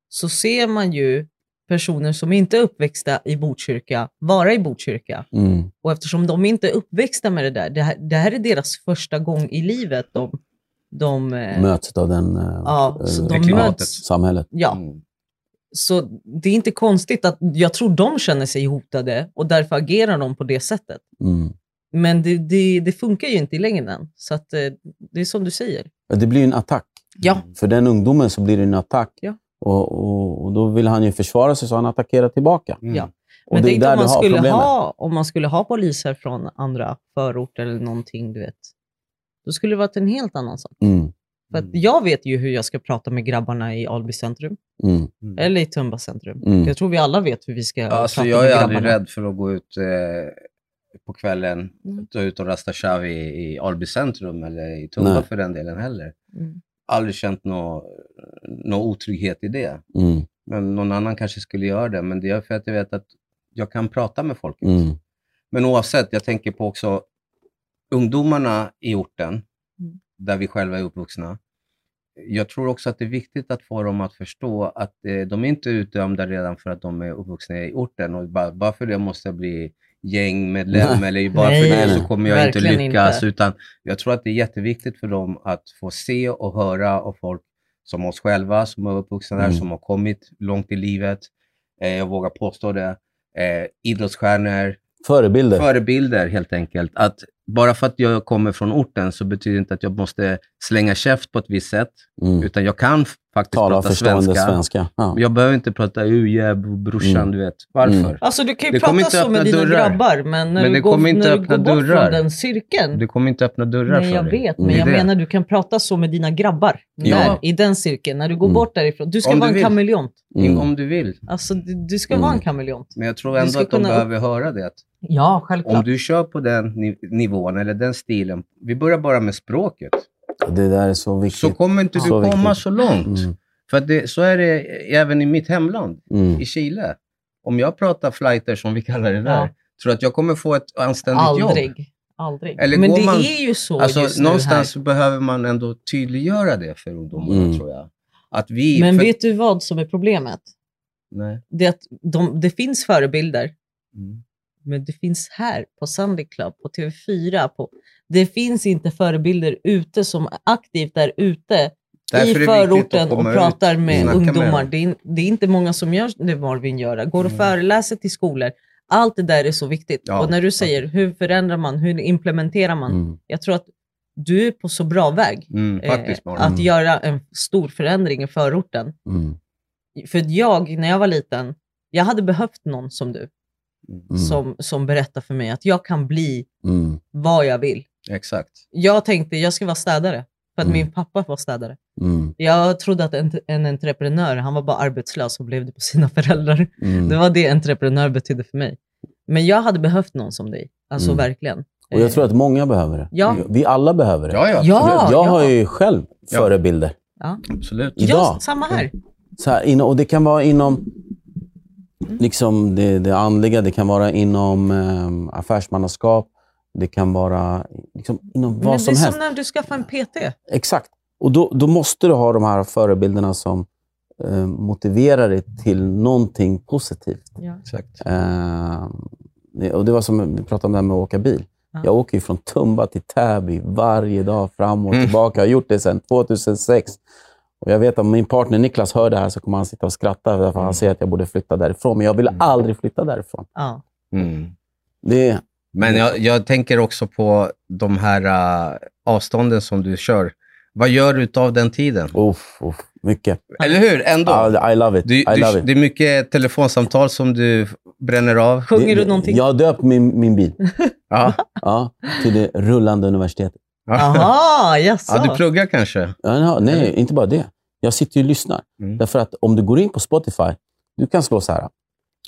[SPEAKER 2] så ser man ju personer som inte är uppväxta i Botkyrka vara i Botkyrka.
[SPEAKER 5] Mm.
[SPEAKER 2] Och eftersom de inte är uppväxta med det där, det här, det här är deras första gång i livet de, de, eh,
[SPEAKER 5] Mötet av den, eh,
[SPEAKER 2] ja, så
[SPEAKER 5] eh,
[SPEAKER 2] de
[SPEAKER 5] klimatet.
[SPEAKER 2] möts.
[SPEAKER 5] samhället.
[SPEAKER 2] Ja,
[SPEAKER 3] Mm.
[SPEAKER 2] så det är inte konstigt att jag tror de känner sig hotade och därför agerar de på det sättet.
[SPEAKER 5] Mm.
[SPEAKER 2] Men det, det, det funkar ju inte i längden. Så att, eh, det är som du säger.
[SPEAKER 5] Det blir ju en attack.
[SPEAKER 2] Ja.
[SPEAKER 5] För den ungdomen så blir det en attack.
[SPEAKER 2] Ja.
[SPEAKER 5] Och, och, och då vill han ju försvara sig så han attackerar tillbaka.
[SPEAKER 4] Mm.
[SPEAKER 2] Ja.
[SPEAKER 5] Och
[SPEAKER 2] Men
[SPEAKER 5] det är
[SPEAKER 2] tänk
[SPEAKER 5] där
[SPEAKER 2] om
[SPEAKER 5] du
[SPEAKER 2] man,
[SPEAKER 5] har
[SPEAKER 2] skulle
[SPEAKER 5] problemet.
[SPEAKER 2] ha, om man skulle ha poliser från andra förorter eller någonting, du vet. Då skulle det varit en helt annan sak.
[SPEAKER 5] Mm.
[SPEAKER 2] För att jag vet ju hur jag ska prata med grabbarna i Alby centrum,
[SPEAKER 5] Mm.
[SPEAKER 4] Mm.
[SPEAKER 2] eller i Tumba centrum.
[SPEAKER 5] Mm.
[SPEAKER 2] Jag tror vi alla vet hur vi ska
[SPEAKER 3] Alltså,
[SPEAKER 2] prata
[SPEAKER 3] jag
[SPEAKER 2] med
[SPEAKER 3] är
[SPEAKER 2] grabbarna.
[SPEAKER 3] aldrig rädd för att gå ut eh, på kvällen,
[SPEAKER 2] Mm.
[SPEAKER 3] ta ut och rasta tjav i, i Alby centrum eller i Tumba
[SPEAKER 5] Nej.
[SPEAKER 3] för den delen heller.
[SPEAKER 2] Mm.
[SPEAKER 3] Aldrig känt någon nå otrygghet i det.
[SPEAKER 5] Mm.
[SPEAKER 3] Men någon annan kanske skulle göra det, men det är för att jag vet att jag kan prata med folk.
[SPEAKER 5] Mm.
[SPEAKER 3] Men oavsett, jag tänker på också ungdomarna i orten,
[SPEAKER 2] Mm.
[SPEAKER 3] där vi själva är uppvuxna. Jag tror också att det är viktigt att få dem att förstå att eh, de är inte utdömda redan för att de är uppvuxna i orten. Och bara, bara för det måste jag bli gängmedlem
[SPEAKER 5] Nej.
[SPEAKER 3] eller bara
[SPEAKER 2] Nej,
[SPEAKER 3] för det
[SPEAKER 5] nej,
[SPEAKER 3] så
[SPEAKER 5] nej.
[SPEAKER 3] kommer jag inte
[SPEAKER 2] Verkligen
[SPEAKER 3] lyckas.
[SPEAKER 2] inte.
[SPEAKER 3] Utan jag tror att det är jätteviktigt för dem att få se och höra av folk som oss själva, som är uppvuxna där,
[SPEAKER 5] Mm.
[SPEAKER 3] som har kommit långt i livet. Eh, jag vågar påstå det. Eh, idrottsstjärnor,
[SPEAKER 5] Förebilder.
[SPEAKER 3] förebilder helt enkelt. Att bara för att jag kommer från orten så betyder det inte att jag måste slänga käft på ett visst sätt.
[SPEAKER 5] Mm.
[SPEAKER 3] Utan jag kan f- faktiskt
[SPEAKER 5] Tala
[SPEAKER 3] prata
[SPEAKER 5] förstående
[SPEAKER 3] svenska.
[SPEAKER 5] svenska. Ja.
[SPEAKER 3] Jag behöver inte prata uje, brorsan,
[SPEAKER 5] Mm.
[SPEAKER 3] du vet. Varför?
[SPEAKER 5] Mm.
[SPEAKER 2] Alltså du kan ju
[SPEAKER 3] Det kommer
[SPEAKER 2] prata
[SPEAKER 3] inte
[SPEAKER 2] så med
[SPEAKER 3] öppna
[SPEAKER 2] dina
[SPEAKER 3] dörrar.
[SPEAKER 2] grabbar, men när
[SPEAKER 3] Men det
[SPEAKER 2] du går,
[SPEAKER 3] kommer inte
[SPEAKER 2] när du
[SPEAKER 3] öppna
[SPEAKER 2] går bort
[SPEAKER 3] dörrar.
[SPEAKER 2] från den cirkeln.
[SPEAKER 3] Du kommer inte öppna dörrar
[SPEAKER 2] Nej,
[SPEAKER 3] för
[SPEAKER 2] jag
[SPEAKER 3] dig.
[SPEAKER 2] vet, men
[SPEAKER 5] Mm.
[SPEAKER 3] Det
[SPEAKER 2] jag
[SPEAKER 3] är det.
[SPEAKER 2] menar du kan prata så med dina grabbar.
[SPEAKER 3] Ja.
[SPEAKER 2] Där, I den cirkeln, när du går
[SPEAKER 5] Mm.
[SPEAKER 2] bort därifrån. Du ska
[SPEAKER 3] Om du
[SPEAKER 2] vara en
[SPEAKER 3] vill.
[SPEAKER 2] kameleont.
[SPEAKER 5] Mm.
[SPEAKER 3] Om du vill.
[SPEAKER 2] Alltså, du, du ska
[SPEAKER 5] Mm.
[SPEAKER 2] vara en kameleont.
[SPEAKER 3] Men jag tror
[SPEAKER 2] Du
[SPEAKER 3] ändå
[SPEAKER 2] ska
[SPEAKER 3] att de
[SPEAKER 2] kunna upp-
[SPEAKER 3] behöver höra det.
[SPEAKER 2] Ja,
[SPEAKER 3] Om
[SPEAKER 2] självklart.
[SPEAKER 3] du kör på den ni- nivån eller den stilen. Vi börjar bara med språket.
[SPEAKER 5] Det där är så viktigt.
[SPEAKER 3] Så kommer inte du
[SPEAKER 5] Så viktigt.
[SPEAKER 3] komma så långt.
[SPEAKER 5] Mm.
[SPEAKER 3] För att det, så är det även i mitt hemland.
[SPEAKER 5] Mm.
[SPEAKER 3] i Chile. Om jag pratar flighter, som vi kallar det där,
[SPEAKER 2] Ja.
[SPEAKER 3] tror du att jag kommer få ett anständigt jobb?
[SPEAKER 2] Aldrig. Aldrig.
[SPEAKER 3] Eller
[SPEAKER 2] men
[SPEAKER 3] går
[SPEAKER 2] det
[SPEAKER 3] man-
[SPEAKER 2] är ju så just
[SPEAKER 3] Alltså,
[SPEAKER 2] nu
[SPEAKER 3] någonstans
[SPEAKER 2] här.
[SPEAKER 3] behöver man ändå tydliggöra det för ungdomarna,
[SPEAKER 5] Mm.
[SPEAKER 3] tror jag. Att vi...
[SPEAKER 2] Men
[SPEAKER 3] för,
[SPEAKER 2] vet du vad som är problemet?
[SPEAKER 3] Nej.
[SPEAKER 2] Det är att de, det finns förebilder,
[SPEAKER 3] Mm.
[SPEAKER 2] men det finns här på Sunday Club, på TV4. På, det finns inte förebilder ute som är aktivt där ute
[SPEAKER 3] Därför är det
[SPEAKER 2] i
[SPEAKER 3] viktigt
[SPEAKER 2] förorten
[SPEAKER 3] att komma
[SPEAKER 2] och
[SPEAKER 3] ut
[SPEAKER 2] pratar med
[SPEAKER 3] snacka med
[SPEAKER 2] ungdomar.
[SPEAKER 3] dem.
[SPEAKER 2] det, är, det är inte många som gör det Marvin gör, går och
[SPEAKER 3] Mm.
[SPEAKER 2] föreläser till skolor. Allt det där är så viktigt.
[SPEAKER 3] Ja.
[SPEAKER 2] Och när du säger hur förändrar man, hur implementerar man?
[SPEAKER 5] Mm.
[SPEAKER 2] Jag tror att du är på så bra väg
[SPEAKER 3] Mm,
[SPEAKER 2] eh,
[SPEAKER 3] faktiskt, Malin.
[SPEAKER 2] att göra en stor förändring i förorten.
[SPEAKER 5] Mm.
[SPEAKER 2] För jag, när jag var liten, jag hade behövt någon som du,
[SPEAKER 5] Mm.
[SPEAKER 2] som, som berättar för mig att jag kan bli
[SPEAKER 5] Mm.
[SPEAKER 2] vad jag vill.
[SPEAKER 3] Exakt.
[SPEAKER 2] Jag tänkte jag ska vara städare. För att
[SPEAKER 5] Mm.
[SPEAKER 2] min pappa var städare.
[SPEAKER 5] Mm.
[SPEAKER 2] Jag trodde att en, en entreprenör, han var bara arbetslös och levde på sina föräldrar. Det
[SPEAKER 5] Mm.
[SPEAKER 2] var det entreprenör betydde för mig. Men jag hade behövt någon som dig. Alltså
[SPEAKER 5] Mm.
[SPEAKER 2] verkligen.
[SPEAKER 5] Och jag tror att många behöver det.
[SPEAKER 2] Ja.
[SPEAKER 5] Vi alla behöver det.
[SPEAKER 3] Ja, ja.
[SPEAKER 2] Ja,
[SPEAKER 5] jag jag
[SPEAKER 2] ja.
[SPEAKER 5] har ju själv
[SPEAKER 3] Ja.
[SPEAKER 5] förebilder.
[SPEAKER 3] Absolut.
[SPEAKER 2] Ja,
[SPEAKER 5] idag.
[SPEAKER 2] Eh,
[SPEAKER 5] Mm.
[SPEAKER 2] samma här.
[SPEAKER 5] Så här, inom, och det kan vara inom
[SPEAKER 2] Mm.
[SPEAKER 5] liksom det, det andliga, det kan vara inom ehm, affärsmannaskap, det kan vara liksom, inom
[SPEAKER 2] Men
[SPEAKER 5] vad
[SPEAKER 2] det
[SPEAKER 5] som
[SPEAKER 2] är
[SPEAKER 5] helst.
[SPEAKER 2] som när du skaffar en PT.
[SPEAKER 5] Exakt. Och då, då måste du ha de här förebilderna som eh, motiverar dig till någonting positivt.
[SPEAKER 3] Exakt.
[SPEAKER 5] Ehm, det- och det var som vi pratade om det här med att åka bil.
[SPEAKER 2] Ja.
[SPEAKER 5] Jag åker ju från Tumba till Täby varje dag fram och
[SPEAKER 3] Mm.
[SPEAKER 5] tillbaka. Jag har gjort det sedan 2006. Och jag vet att om min partner Niklas hör det här så kommer han sitta och skratta för att han ser att jag borde flytta därifrån. Men jag ville
[SPEAKER 3] Mm.
[SPEAKER 5] aldrig flytta därifrån.
[SPEAKER 2] Ja.
[SPEAKER 3] Mm.
[SPEAKER 5] Det,
[SPEAKER 3] Men jag, jag tänker också på de här äh, avstånden som du kör. Vad gör du av den tiden?
[SPEAKER 5] uff, uff, mycket.
[SPEAKER 3] Eller hur? Ändå.
[SPEAKER 5] I, I love it.
[SPEAKER 3] Du,
[SPEAKER 5] I love
[SPEAKER 3] du,
[SPEAKER 5] it.
[SPEAKER 3] det är mycket telefonsamtal som du bränner av.
[SPEAKER 2] Sjunger
[SPEAKER 5] Det-
[SPEAKER 2] du någonting?
[SPEAKER 5] Jag har döpt min, min bil
[SPEAKER 3] Ja.
[SPEAKER 5] ja, till det rullande universitetet.
[SPEAKER 2] Jaha, jaså.
[SPEAKER 3] ja, du pluggar kanske?
[SPEAKER 5] Ja, nej, nej, inte bara det. Jag sitter ju och lyssnar.
[SPEAKER 3] Mm.
[SPEAKER 5] Därför att om du går in på Spotify, du kan slå så här.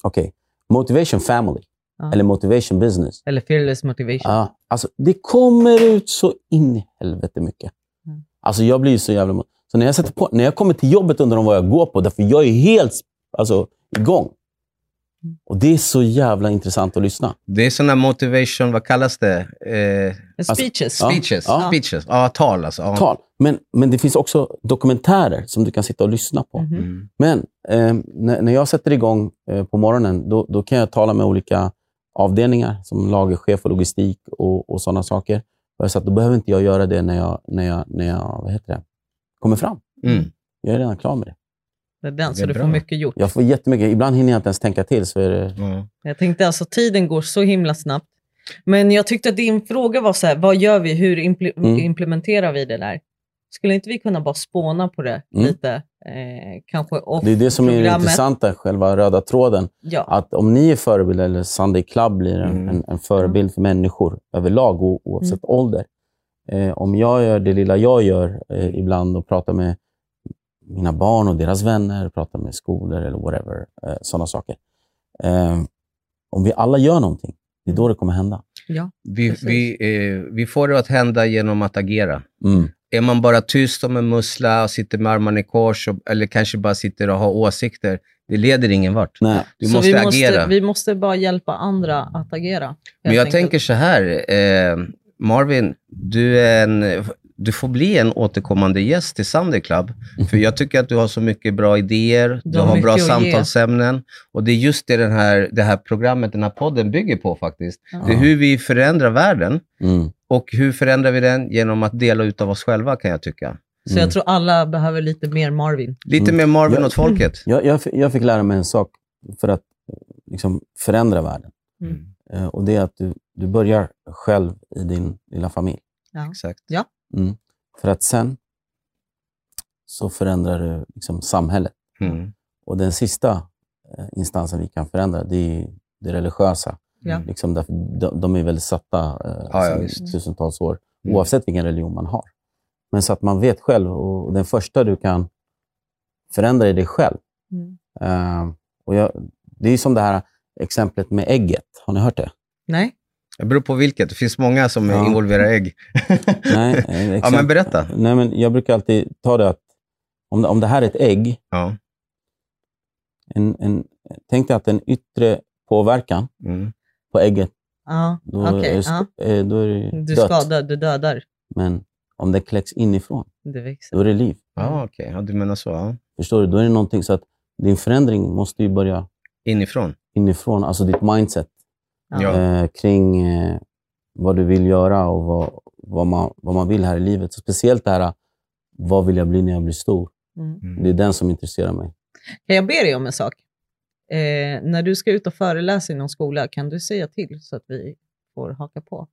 [SPEAKER 5] Okej, motivation family.
[SPEAKER 2] Ja.
[SPEAKER 5] Eller motivation business.
[SPEAKER 2] Eller fearless motivation.
[SPEAKER 5] Ja, alltså, det kommer ut så in i helvete mycket.
[SPEAKER 2] Mm.
[SPEAKER 5] Alltså, jag blir så jävla... mo- Så när jag, sätter på, när jag kommer till jobbet undrar de vad jag går på, därför jag är helt alltså, igång. Och det är så jävla intressant att lyssna.
[SPEAKER 3] Det är sådana motivation, vad kallas det? Eh,
[SPEAKER 2] Speeches.
[SPEAKER 5] Ja. Alltså,
[SPEAKER 3] speeches.
[SPEAKER 5] Ja.
[SPEAKER 3] Speeches. Ja, tal alltså. Ja.
[SPEAKER 5] Tal. Men, men det finns också dokumentärer som du kan sitta och lyssna på.
[SPEAKER 2] Mhm.
[SPEAKER 3] Mm.
[SPEAKER 5] Men eh, när, när jag sätter igång eh, på morgonen, då, då kan jag tala med olika avdelningar som lagerchef och logistik och, och sådana saker. Och jag sa att då behöver inte jag göra det när jag, när jag, när jag vad heter det? kommer fram.
[SPEAKER 3] Mm.
[SPEAKER 5] Jag är redan klar med det.
[SPEAKER 2] Det är den,
[SPEAKER 3] Det
[SPEAKER 2] så
[SPEAKER 3] är
[SPEAKER 2] du får
[SPEAKER 3] bra.
[SPEAKER 2] mycket gjort.
[SPEAKER 5] Jag får jättemycket. Ibland hinner jag inte ens tänka till. Så är det...
[SPEAKER 3] Ja.
[SPEAKER 2] Jag tänkte alltså tiden går så himla snabbt. Men jag tyckte att din fråga var så här, vad gör vi? Hur impl-
[SPEAKER 5] Mm.
[SPEAKER 2] implementerar vi det där? Skulle inte vi kunna bara spåna på det
[SPEAKER 5] Mm.
[SPEAKER 2] lite? Eh, kanske off
[SPEAKER 5] det är det som är det
[SPEAKER 2] programmet.
[SPEAKER 5] intressanta, själva röda tråden.
[SPEAKER 2] Ja.
[SPEAKER 5] Att om ni är förebilder, eller Sunday Club blir en,
[SPEAKER 3] Mm.
[SPEAKER 5] en, en förebild för människor överlag, o, oavsett ålder. Eh, om jag gör det lilla jag gör eh, ibland och pratar med mina barn och deras vänner, pratar med skolor eller whatever, eh, sådana saker. Eh, om vi alla gör någonting, det är då det kommer hända.
[SPEAKER 3] Vi, vi, eh, vi får det att hända genom att agera.
[SPEAKER 5] Mm.
[SPEAKER 3] Är man bara tyst som en mussla och sitter med armarna i kors och, eller kanske bara sitter och har åsikter, det leder ingen vart.
[SPEAKER 5] Nej.
[SPEAKER 3] Du
[SPEAKER 2] Så
[SPEAKER 3] måste
[SPEAKER 2] vi
[SPEAKER 3] agera.
[SPEAKER 2] Måste, vi måste bara hjälpa andra att agera. helt
[SPEAKER 3] Men jag
[SPEAKER 2] enkelt.
[SPEAKER 3] tänker så här, eh, Marvin, du, är en, du får bli en återkommande gäst till Sunday Club. För jag tycker att du har så mycket bra idéer, du,
[SPEAKER 2] Du har
[SPEAKER 3] har
[SPEAKER 2] mycket
[SPEAKER 3] bra
[SPEAKER 2] att ge.
[SPEAKER 3] samtalsämnen. Och det är just det den här, det här programmet, den här podden bygger på faktiskt.
[SPEAKER 2] Ja.
[SPEAKER 3] Det är hur vi förändrar världen.
[SPEAKER 5] Mm.
[SPEAKER 3] Och hur förändrar vi den? Genom att dela ut av oss själva kan jag tycka.
[SPEAKER 2] Så jag tror alla behöver lite mer Marvin.
[SPEAKER 3] Lite
[SPEAKER 5] Mm.
[SPEAKER 3] mer Marvin
[SPEAKER 5] Ja. Mm.
[SPEAKER 3] åt folket.
[SPEAKER 5] Jag, jag, fi- jag fick lära mig en sak för att eh, liksom, förändra världen.
[SPEAKER 2] Mm.
[SPEAKER 5] Eh, och Det är att du, du börjar själv i din lilla familj.
[SPEAKER 3] Exakt.
[SPEAKER 5] Mm. För att sen så förändrar du liksom, samhället.
[SPEAKER 3] Mm.
[SPEAKER 5] Och den sista eh, instansen vi kan förändra, det är ju det religiösa.
[SPEAKER 2] Ja.
[SPEAKER 5] Liksom därför, de, de är väl satta eh,
[SPEAKER 3] Ja, ja,
[SPEAKER 5] sedan
[SPEAKER 3] visst.
[SPEAKER 5] tusentals år,
[SPEAKER 3] Mm.
[SPEAKER 5] oavsett vilken religion man har. Men så att man vet själv, och den första du kan förändra är dig själv.
[SPEAKER 2] Mm.
[SPEAKER 5] Eh, och jag, det är som det här exemplet med ägget. Har ni hört det?
[SPEAKER 2] Nej?
[SPEAKER 3] Det beror på vilket. Det finns många som
[SPEAKER 5] Ja.
[SPEAKER 3] involverar ägg.
[SPEAKER 5] Nej, eh,
[SPEAKER 3] ja,
[SPEAKER 5] exempel-
[SPEAKER 3] men berätta.
[SPEAKER 5] Nej, men jag brukar alltid ta det att om, om det här är ett ägg,
[SPEAKER 3] Ja.
[SPEAKER 5] en, en, tänk dig att den yttre påverkan
[SPEAKER 3] Mm.
[SPEAKER 5] på ägget,
[SPEAKER 2] Ja,
[SPEAKER 5] då är
[SPEAKER 2] okej.
[SPEAKER 5] det sk-
[SPEAKER 2] ja.
[SPEAKER 5] eh, då är det
[SPEAKER 2] Du
[SPEAKER 5] dött.
[SPEAKER 2] skadar, du dödar.
[SPEAKER 5] Men om det kläcks inifrån,
[SPEAKER 2] Du växer.
[SPEAKER 5] då är det liv.
[SPEAKER 3] Ja, okej. Ja, du menar så. Ja.
[SPEAKER 5] Förstår du? Då är det någonting så att din förändring måste ju börja
[SPEAKER 3] Inifrån.
[SPEAKER 5] inifrån, alltså ditt mindset
[SPEAKER 2] Ja.
[SPEAKER 3] Ja.
[SPEAKER 5] eh, kring eh, vad du vill göra och vad, vad, man, vad man vill här i livet. Så speciellt det här, eh, vad vill jag bli när jag blir stor?
[SPEAKER 2] Mm.
[SPEAKER 5] Det är den som intresserar mig.
[SPEAKER 2] Kan jag be dig om en sak? Eh, när du ska ut och föreläsa i någon skola, kan du säga till så att vi får haka på?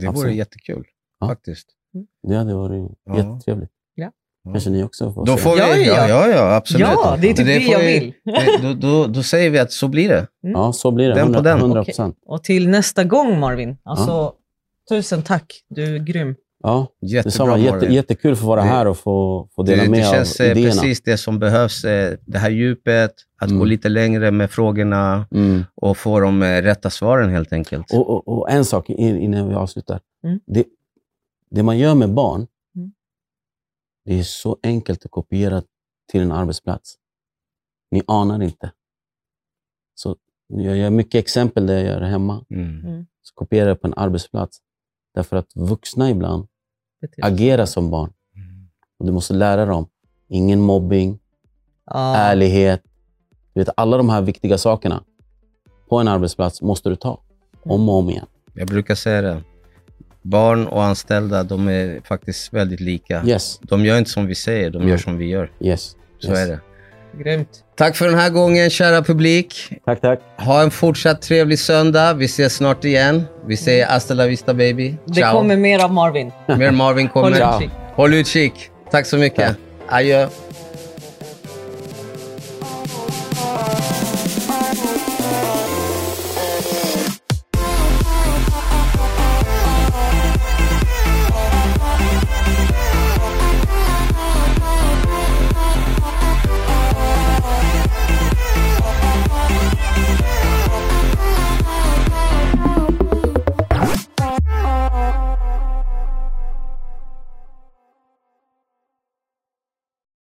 [SPEAKER 3] Det vore
[SPEAKER 5] Absolut.
[SPEAKER 3] jättekul,
[SPEAKER 5] Ja.
[SPEAKER 3] faktiskt.
[SPEAKER 5] Det hade varit
[SPEAKER 3] Ja.
[SPEAKER 5] jättetrevligt.
[SPEAKER 2] Ja.
[SPEAKER 5] Kanske ni också får
[SPEAKER 3] Då
[SPEAKER 5] se.
[SPEAKER 3] får
[SPEAKER 2] Ja,
[SPEAKER 3] vi, ja,
[SPEAKER 2] ja.
[SPEAKER 3] ja, ja, absolut.
[SPEAKER 2] Ja, det är typ det,
[SPEAKER 3] får
[SPEAKER 2] jag
[SPEAKER 3] vi-
[SPEAKER 2] vill.
[SPEAKER 3] det- Då, då, då säger vi att så blir det.
[SPEAKER 5] Ja, så blir det.
[SPEAKER 3] Den på
[SPEAKER 5] 100
[SPEAKER 3] den.
[SPEAKER 5] 100 procent.
[SPEAKER 2] Och till nästa gång Marvin, alltså, tusen tack. Du är grym.
[SPEAKER 5] Ja,
[SPEAKER 3] Jättebra
[SPEAKER 5] detsamma. Jätte,
[SPEAKER 3] Morgan.
[SPEAKER 5] jättekul för att vara
[SPEAKER 3] Det-
[SPEAKER 5] här och få, få
[SPEAKER 3] Det,
[SPEAKER 5] dela med
[SPEAKER 3] det känns
[SPEAKER 5] av
[SPEAKER 3] eh,
[SPEAKER 5] idéerna.
[SPEAKER 3] precis det som behövs. eh, Det här djupet, att gå
[SPEAKER 5] Mm.
[SPEAKER 3] lite längre med frågorna
[SPEAKER 5] Mm.
[SPEAKER 3] och få de eh, rätta svaren helt enkelt.
[SPEAKER 5] Och, och, och en sak in- innan vi avslutar.
[SPEAKER 2] Mm.
[SPEAKER 5] Det, det man gör med barn,
[SPEAKER 2] Mm.
[SPEAKER 5] det är så enkelt att kopiera till en arbetsplats. Ni anar inte. Så jag gör mycket exempel där jag gör hemma.
[SPEAKER 3] Mm.
[SPEAKER 5] Så kopierar jag på en arbetsplats. Därför att vuxna ibland agerar som barn. Och du måste lära dem. Ingen mobbing,
[SPEAKER 2] Ja.
[SPEAKER 5] ärlighet. Du vet, alla de här viktiga sakerna på en arbetsplats måste du ta. Om och om igen.
[SPEAKER 3] Jag brukar säga det. Barn och anställda, de är faktiskt väldigt lika.
[SPEAKER 5] Yes,
[SPEAKER 3] De gör inte som vi säger, de gör
[SPEAKER 5] Mm.
[SPEAKER 3] som vi gör.
[SPEAKER 5] yes.
[SPEAKER 3] Så
[SPEAKER 5] yes.
[SPEAKER 3] är det.
[SPEAKER 2] Grymt.
[SPEAKER 3] Tack för den här gången, kära publik.
[SPEAKER 5] Tack, tack.
[SPEAKER 3] Ha en fortsatt trevlig söndag. Vi ses snart igen. Vi säger hasta la vista baby.
[SPEAKER 2] Mm. Det kommer mer av Marvin.
[SPEAKER 3] Mer Marvin
[SPEAKER 2] Håll
[SPEAKER 3] kommer.
[SPEAKER 2] utkik.
[SPEAKER 3] Håll utkik. Tack så mycket. Adjö.